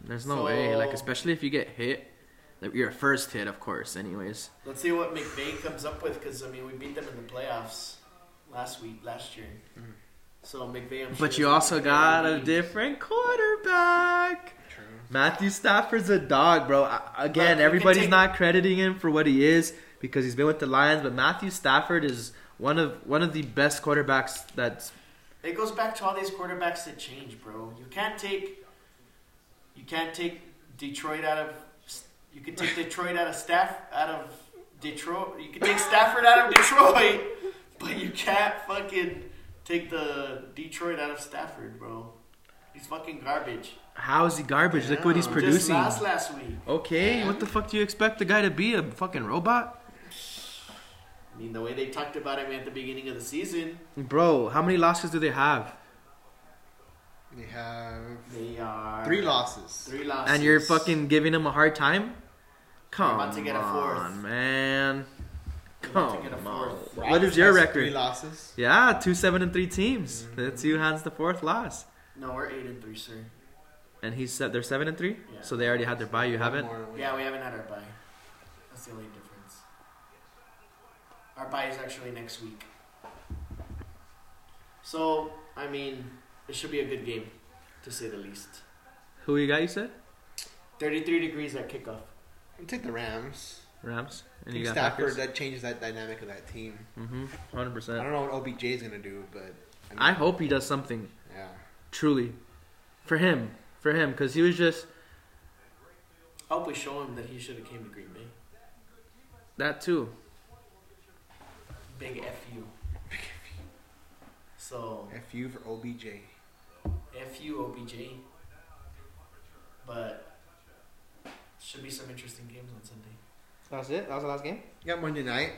[SPEAKER 2] There's no way. Like
[SPEAKER 3] So-
[SPEAKER 2] especially if you get hit, like, you're a first hit, of course. Anyways,
[SPEAKER 3] Let's see what McVay comes up with because I mean we beat them in the playoffs last week, last year. So McVay, I'm sure
[SPEAKER 2] Mm-hmm. but you
[SPEAKER 3] is
[SPEAKER 2] also
[SPEAKER 3] looking at
[SPEAKER 2] got a
[SPEAKER 3] MVP.
[SPEAKER 2] different quarterback.
[SPEAKER 1] True.
[SPEAKER 2] Matthew Stafford's a dog, bro. I- Again,
[SPEAKER 3] Look, you can
[SPEAKER 2] everybody's
[SPEAKER 3] take-
[SPEAKER 2] not crediting him for what he is because he's been with the Lions, but Matthew Stafford is one of one of the best quarterbacks that's
[SPEAKER 3] It goes back to all these quarterbacks that change, bro. You can't take, you can't take Detroit out of, you could take Detroit out of staff out of Detroit. You could take Stafford out of Detroit, but you can't fucking take the Detroit out of Stafford, bro. He's fucking garbage.
[SPEAKER 2] how is he garbage? Look what he's
[SPEAKER 1] Yeah.
[SPEAKER 3] Just
[SPEAKER 2] producing.
[SPEAKER 3] last last week.
[SPEAKER 2] Okay, what the fuck do you expect the guy to be? A fucking robot?
[SPEAKER 3] I mean, the way they talked about him at the beginning of the season,
[SPEAKER 2] Bro, how many losses do they have?
[SPEAKER 1] They have
[SPEAKER 3] they are
[SPEAKER 1] three losses.
[SPEAKER 3] Three losses.
[SPEAKER 2] And you're fucking giving him a hard time? Come
[SPEAKER 3] about to get a fourth.
[SPEAKER 2] on, man.
[SPEAKER 3] They're
[SPEAKER 2] Come
[SPEAKER 3] about to get a
[SPEAKER 2] on.
[SPEAKER 3] fourth.
[SPEAKER 2] What is your
[SPEAKER 1] Has
[SPEAKER 2] record?
[SPEAKER 1] Three losses.
[SPEAKER 2] Yeah, two seven and three teams. The two hands the fourth loss,
[SPEAKER 3] No, we're eight and three, sir.
[SPEAKER 2] and he's said they're seven and three.
[SPEAKER 3] Yeah.
[SPEAKER 2] So they already had their bye. You haven't.
[SPEAKER 1] More than we-
[SPEAKER 3] Yeah, we haven't had our bye. That's the only difference. Our bye is actually next week. So, I mean, it should be a good game, to say the least.
[SPEAKER 2] Who you got? You said
[SPEAKER 3] 33 degrees at kickoff.
[SPEAKER 1] I'll Take the Rams.
[SPEAKER 2] Rams, and you
[SPEAKER 1] Take
[SPEAKER 2] got
[SPEAKER 1] Stafford.
[SPEAKER 2] Packers.
[SPEAKER 1] That changes that dynamic of that team.
[SPEAKER 2] Mm-hmm. Hundred
[SPEAKER 1] I
[SPEAKER 2] percent.
[SPEAKER 1] don't know what OBJ is gonna do, but mean,
[SPEAKER 2] I hope he does something
[SPEAKER 1] Yeah.
[SPEAKER 2] truly, for him, for him, because he was just
[SPEAKER 3] I hope we show him that he should have came to Green Bay.
[SPEAKER 2] that too.
[SPEAKER 3] Big FU. So,
[SPEAKER 1] FU for OBJ.
[SPEAKER 3] FU OBJ. But, should be some interesting games on Sunday.
[SPEAKER 2] That's it. That was the last game.
[SPEAKER 1] You got Monday night.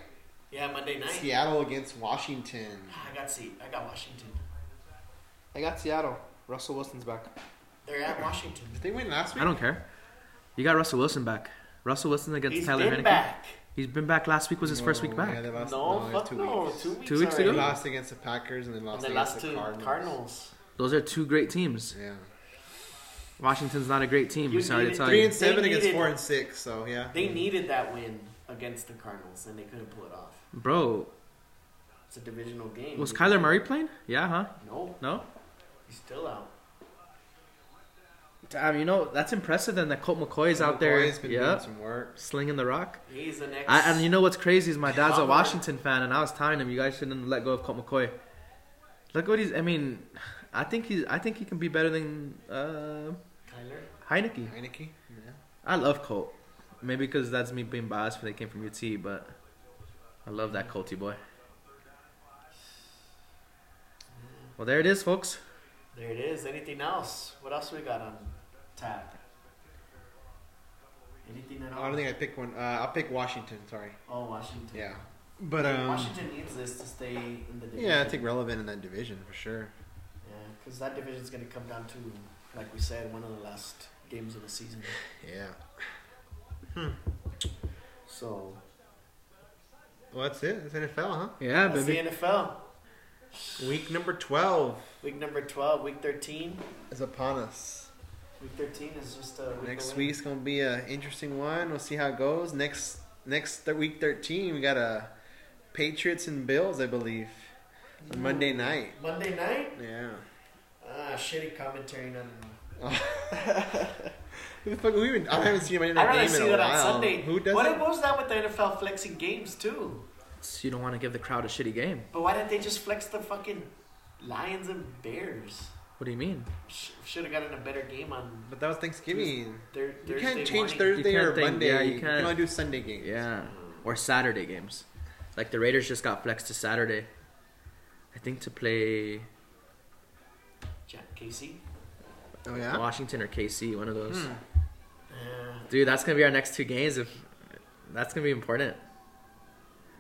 [SPEAKER 3] Yeah, Monday night. Ah,
[SPEAKER 1] Seattle against Washington.
[SPEAKER 3] I got see. I got Washington.
[SPEAKER 2] I got Seattle. Russell Wilson's back.
[SPEAKER 3] They're at Washington.
[SPEAKER 1] Did they win last week?
[SPEAKER 2] I don't care. You got Russell Wilson back. Russell Wilson against
[SPEAKER 3] He's
[SPEAKER 2] Tyler
[SPEAKER 3] been
[SPEAKER 2] Heineke.
[SPEAKER 3] back.
[SPEAKER 2] He's been back. Last week was his first
[SPEAKER 1] No,
[SPEAKER 2] week back.
[SPEAKER 1] yeah, they lost-
[SPEAKER 3] No,
[SPEAKER 1] it was
[SPEAKER 3] fuck no. Two weeks,
[SPEAKER 2] Two weeks
[SPEAKER 1] They
[SPEAKER 2] ago?
[SPEAKER 3] already.
[SPEAKER 1] lost against the Packers and then
[SPEAKER 3] And
[SPEAKER 1] lost
[SPEAKER 3] they
[SPEAKER 1] against
[SPEAKER 3] lost
[SPEAKER 1] the
[SPEAKER 3] to
[SPEAKER 1] Cardinals.
[SPEAKER 3] Cardinals.
[SPEAKER 2] Those are two great teams.
[SPEAKER 1] Yeah.
[SPEAKER 2] Washington's not a great team.
[SPEAKER 3] You
[SPEAKER 2] sorry to
[SPEAKER 3] needed
[SPEAKER 2] tell
[SPEAKER 1] Three
[SPEAKER 2] you.
[SPEAKER 1] and seven
[SPEAKER 3] They
[SPEAKER 1] against
[SPEAKER 3] needed-
[SPEAKER 1] four and six. So yeah.
[SPEAKER 3] They needed that win against the Cardinals, and they couldn't pull it off.
[SPEAKER 2] Bro,
[SPEAKER 3] It's a divisional game.
[SPEAKER 2] was Kyler Murray playing? Yeah, huh?
[SPEAKER 3] No,
[SPEAKER 2] No?
[SPEAKER 3] he's still out.
[SPEAKER 2] Damn, you know, that's impressive then that Colt McCoy is out
[SPEAKER 1] McCoy
[SPEAKER 2] there
[SPEAKER 1] has been doing
[SPEAKER 2] yeah,
[SPEAKER 1] some work.
[SPEAKER 2] slinging the rock.
[SPEAKER 3] He's the next.
[SPEAKER 2] I, and you know what's crazy is my dad's a
[SPEAKER 3] Robert.
[SPEAKER 2] Washington fan, and I was telling him you guys shouldn't let go of Colt McCoy. Look what he's. I mean, I think he's. I think he can be better than uh,
[SPEAKER 3] Kyler.
[SPEAKER 2] Heineke.
[SPEAKER 1] Heineke. Yeah.
[SPEAKER 2] I love Colt. Maybe because that's me being biased when they came from UT, but I love that Colty boy. Well, there it is, folks.
[SPEAKER 3] There it is. Anything else? What else we got on tap? Anything at all?
[SPEAKER 1] I don't think I picked one. Uh, I'll pick Washington. Sorry.
[SPEAKER 3] oh, Washington.
[SPEAKER 1] Yeah. But um.
[SPEAKER 3] Washington needs this to stay in the division.
[SPEAKER 1] Yeah, I think relevant in that division for sure.
[SPEAKER 3] because that division's going to come down to, like we said, one of the last games of the season.
[SPEAKER 1] Yeah.
[SPEAKER 3] So
[SPEAKER 1] Well, that's it. It's NFL, huh?
[SPEAKER 2] Yeah,
[SPEAKER 3] that's the
[SPEAKER 2] baby.
[SPEAKER 3] NFL.
[SPEAKER 1] Week number 12
[SPEAKER 3] Week number 12, week 13.
[SPEAKER 1] is upon us.
[SPEAKER 3] Week 13 is just uh, a week
[SPEAKER 1] Next
[SPEAKER 3] away.
[SPEAKER 1] week's going to be an interesting one. We'll see how it goes. Next next th- week 13, we got a Patriots and Bills, I believe, on Monday night.
[SPEAKER 4] Monday night?
[SPEAKER 1] Yeah.
[SPEAKER 4] Ah, shitty commentary. No, no, no.
[SPEAKER 1] Who the fuck? Who even, I haven't seen my
[SPEAKER 3] I'd
[SPEAKER 1] internet
[SPEAKER 3] rather
[SPEAKER 1] game
[SPEAKER 3] see
[SPEAKER 1] in a
[SPEAKER 3] that on
[SPEAKER 1] while.
[SPEAKER 3] Sunday.
[SPEAKER 1] Who does
[SPEAKER 3] what
[SPEAKER 1] it?
[SPEAKER 3] if what was that with the NFL flexing games too?
[SPEAKER 2] So you don't want to give the crowd a shitty game.
[SPEAKER 3] But why didn't they just flex the fucking Lions and Bears?
[SPEAKER 2] What do you mean?
[SPEAKER 3] Sh- Should have gotten a better game on
[SPEAKER 1] But that was Thanksgiving.
[SPEAKER 3] thir-
[SPEAKER 1] You
[SPEAKER 3] Thursday
[SPEAKER 1] can't change
[SPEAKER 3] morning. Uh,
[SPEAKER 1] Thursday
[SPEAKER 2] You can't
[SPEAKER 1] or
[SPEAKER 2] think-
[SPEAKER 1] Monday.
[SPEAKER 2] yeah, you
[SPEAKER 1] you can
[SPEAKER 2] can't.
[SPEAKER 1] only do Sunday games.
[SPEAKER 2] Yeah, or Saturday games. Like the Raiders just got flexed to Saturday. I think to play
[SPEAKER 3] Jack Casey.
[SPEAKER 1] Oh, yeah?
[SPEAKER 2] Washington or KC, one of those.
[SPEAKER 1] Hmm.
[SPEAKER 3] Uh,
[SPEAKER 2] Dude, that's gonna be our next two games. If that's gonna be important.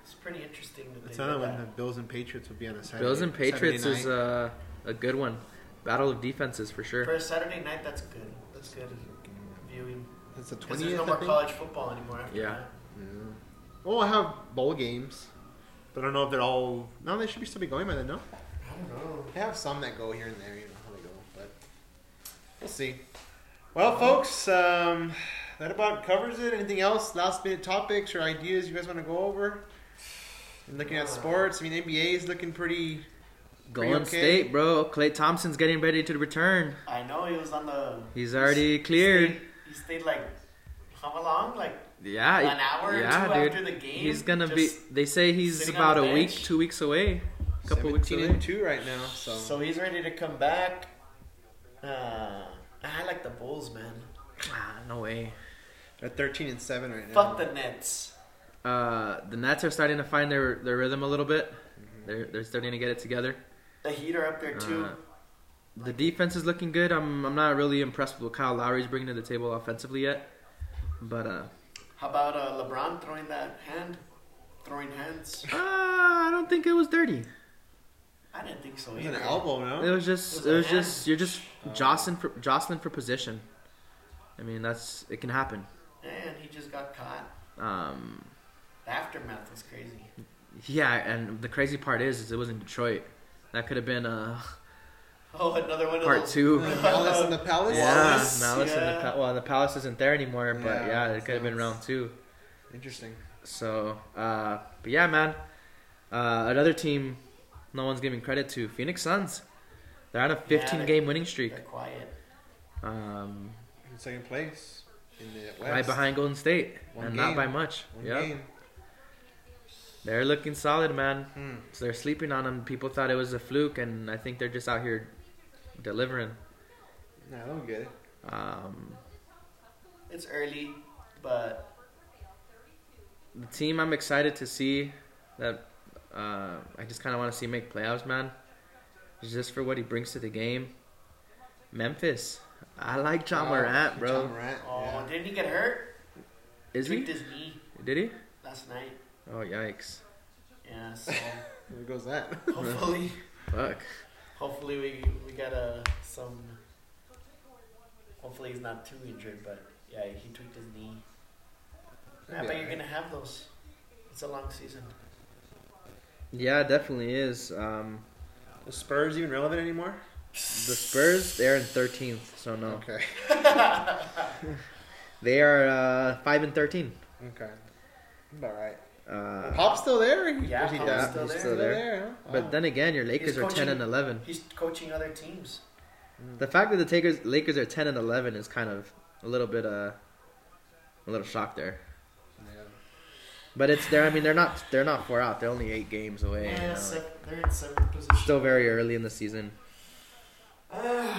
[SPEAKER 3] it's pretty interesting. That
[SPEAKER 1] That's
[SPEAKER 3] they did
[SPEAKER 1] another one.
[SPEAKER 3] that.
[SPEAKER 1] The Bills and Patriots would be on a Saturday.
[SPEAKER 2] Bills and Patriots
[SPEAKER 1] Saturday
[SPEAKER 2] is
[SPEAKER 1] night.
[SPEAKER 2] a a good one. Battle of defenses for
[SPEAKER 3] For
[SPEAKER 2] sure.
[SPEAKER 3] a Saturday night, that's good. That's good viewing.
[SPEAKER 2] uh,
[SPEAKER 1] That's the
[SPEAKER 3] Because
[SPEAKER 1] twentieth.
[SPEAKER 3] there's no more college football anymore after
[SPEAKER 2] Yeah.
[SPEAKER 3] that.
[SPEAKER 1] Well, Oh, I have bowl games, but I don't know if they're all. No, they should be still be going by then. No,
[SPEAKER 4] I don't know.
[SPEAKER 1] they have some that go here and there. You know how they go, but we'll see. Well, folks, um, that about covers it. Anything else? Last minute topics or ideas you guys want to go over? And looking at sports, I mean NBA is looking pretty.
[SPEAKER 2] Golden
[SPEAKER 1] okay?
[SPEAKER 2] State, bro. Clay Thompson's getting ready to return.
[SPEAKER 3] I know he was on the.
[SPEAKER 2] He's already cleared.
[SPEAKER 3] He stayed like how long? Like
[SPEAKER 2] Yeah.
[SPEAKER 3] an hour
[SPEAKER 2] yeah,
[SPEAKER 3] or two
[SPEAKER 2] dude.
[SPEAKER 3] after the game.
[SPEAKER 2] He's gonna be.
[SPEAKER 3] Just-
[SPEAKER 2] They say he's
[SPEAKER 3] sitting on
[SPEAKER 2] about
[SPEAKER 3] the
[SPEAKER 2] a week,
[SPEAKER 3] bench.
[SPEAKER 2] two weeks away, a couple weeks
[SPEAKER 1] 17
[SPEAKER 2] away.
[SPEAKER 1] and two right now. So,
[SPEAKER 3] So he's ready to come back. Uh, I like the Bulls, man.
[SPEAKER 2] Ah, no way.
[SPEAKER 1] they're thirteen and seven right now.
[SPEAKER 3] Fuck the Nets.
[SPEAKER 2] Uh, the Nets are starting to find their, their rhythm a little bit. They're they're starting to get it together.
[SPEAKER 3] The Heat are up there too.
[SPEAKER 2] Uh, the defense is looking good. I'm I'm not really impressed with what Kyle Lowry's bringing to the table offensively yet, but uh,
[SPEAKER 3] How about uh, LeBron throwing that hand? Throwing hands?
[SPEAKER 2] uh I don't think it was dirty.
[SPEAKER 3] I didn't think so
[SPEAKER 1] It was an
[SPEAKER 3] either.
[SPEAKER 1] elbow, no?
[SPEAKER 2] It was just
[SPEAKER 3] It was a
[SPEAKER 2] it was
[SPEAKER 3] hand.
[SPEAKER 2] just you're just jostling for jostling for position. I mean that's it can happen.
[SPEAKER 3] And he just got caught.
[SPEAKER 2] Um,
[SPEAKER 3] The aftermath was crazy.
[SPEAKER 2] yeah, and the crazy part is, is it was in Detroit. That could have been uh,
[SPEAKER 3] Oh, another one of
[SPEAKER 2] part
[SPEAKER 3] those.
[SPEAKER 2] two.
[SPEAKER 1] Malice in the palace.
[SPEAKER 2] Yeah,
[SPEAKER 3] Wallace,
[SPEAKER 2] Malice in the
[SPEAKER 3] yeah.
[SPEAKER 2] pa- well, the Palace isn't there anymore, but
[SPEAKER 1] Yeah,
[SPEAKER 2] yeah, it
[SPEAKER 1] so
[SPEAKER 2] could have been
[SPEAKER 1] it's-
[SPEAKER 2] round two.
[SPEAKER 1] Interesting.
[SPEAKER 2] So, uh, but yeah, man, uh, another team, no one's giving credit to Phoenix Suns. They're on a 15
[SPEAKER 3] they-
[SPEAKER 2] game winning streak,
[SPEAKER 3] They're quiet.
[SPEAKER 2] um,
[SPEAKER 1] In second place in the West.
[SPEAKER 2] right behind Golden State,
[SPEAKER 1] One
[SPEAKER 2] and
[SPEAKER 1] game.
[SPEAKER 2] not by much.
[SPEAKER 1] One
[SPEAKER 2] Yeah,
[SPEAKER 1] game.
[SPEAKER 2] they're looking solid, man.
[SPEAKER 1] Hmm.
[SPEAKER 2] So they're sleeping on them. People thought it was a fluke, and I think they're just out here delivering.
[SPEAKER 1] No, I don't get it.
[SPEAKER 2] Um,
[SPEAKER 3] It's early, but
[SPEAKER 2] the team I'm excited to see that uh, I just kind of want to see make playoffs, man. Is just for what he brings to the game. Memphis. I like John
[SPEAKER 1] Oh,
[SPEAKER 2] Morant, bro.
[SPEAKER 1] John Morant,
[SPEAKER 3] oh,
[SPEAKER 1] yeah.
[SPEAKER 3] didn't he get hurt?
[SPEAKER 2] Is he?
[SPEAKER 3] Tweaked his knee
[SPEAKER 2] Did he?
[SPEAKER 3] last night.
[SPEAKER 2] Oh, yikes.
[SPEAKER 3] Yeah, so
[SPEAKER 1] There goes that.
[SPEAKER 3] hopefully,
[SPEAKER 2] Fuck.
[SPEAKER 3] hopefully we we got uh, some. Hopefully he's not too injured, but yeah, he tweaked his knee. Yeah, but you're gonna have those. It's a long season.
[SPEAKER 2] Yeah, it definitely is. Um,
[SPEAKER 1] the Spurs even relevant anymore?
[SPEAKER 2] the Spurs, they're in 13th, so no.
[SPEAKER 1] Okay.
[SPEAKER 2] They are uh, 5 and 13.
[SPEAKER 1] Okay. About right.
[SPEAKER 2] Uh,
[SPEAKER 1] Pop's still there.
[SPEAKER 3] Yeah,
[SPEAKER 1] Is he
[SPEAKER 3] Pop's
[SPEAKER 1] down?
[SPEAKER 3] still
[SPEAKER 1] He's
[SPEAKER 3] there.
[SPEAKER 1] still there. huh?
[SPEAKER 2] but
[SPEAKER 1] Wow.
[SPEAKER 2] then again, your Lakers
[SPEAKER 3] He's
[SPEAKER 2] are 10
[SPEAKER 3] coaching-
[SPEAKER 2] and 11.
[SPEAKER 3] He's coaching other teams.
[SPEAKER 2] The fact that the Takers, Lakers are 10 and 11 is kind of a little bit uh, a little shock there.
[SPEAKER 1] Yeah.
[SPEAKER 2] But it's there. I mean, they're not they're not far out. They're only eight games away. you
[SPEAKER 4] Yeah,
[SPEAKER 2] know.
[SPEAKER 4] seven, they're in seventh position.
[SPEAKER 2] Still very early in the season.
[SPEAKER 4] well,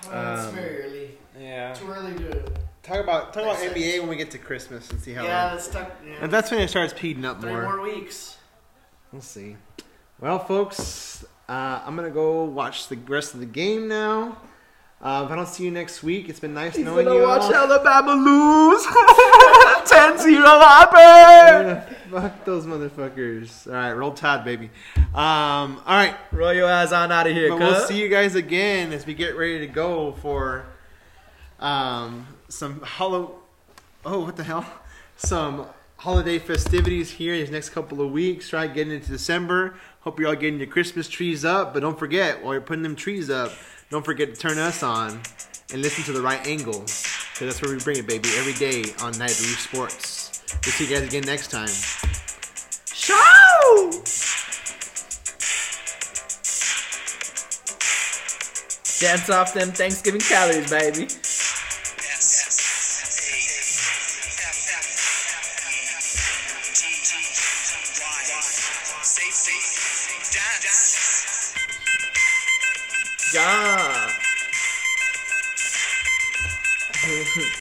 [SPEAKER 4] it's
[SPEAKER 2] Um,
[SPEAKER 4] very early.
[SPEAKER 1] Yeah.
[SPEAKER 4] Too early to.
[SPEAKER 1] Talk about talk about
[SPEAKER 3] Makes sense.
[SPEAKER 1] NBA when we get to Christmas and see how.
[SPEAKER 3] yeah,
[SPEAKER 1] long.
[SPEAKER 3] let's talk. Yeah.
[SPEAKER 1] And that's when it starts heating up
[SPEAKER 3] Three
[SPEAKER 1] more.
[SPEAKER 3] more weeks.
[SPEAKER 1] We'll see. Well, folks, uh, I'm gonna go watch the rest of the game now. Uh, if I don't see you next week, it's been nice knowing you. all.
[SPEAKER 2] Alabama lose. 10-0 Hopper.
[SPEAKER 1] Yeah, fuck those motherfuckers. All right, roll tide, baby. Um, all right,
[SPEAKER 2] Roll your ass on out of here,
[SPEAKER 1] but we'll see you guys again as we get ready to go for um, some hollow. Oh, what the hell? Some holiday festivities here in these next couple of weeks. Try getting into December. Hope you're all getting your Christmas trees up, but don't forget while you're putting them trees up, don't forget to turn us on and listen to the right angle. Cause that's where we bring it, baby, every day on Night View Sports. We'll see you guys again next time.
[SPEAKER 5] Show! Dance off them Thanksgiving calories, baby. Yeah.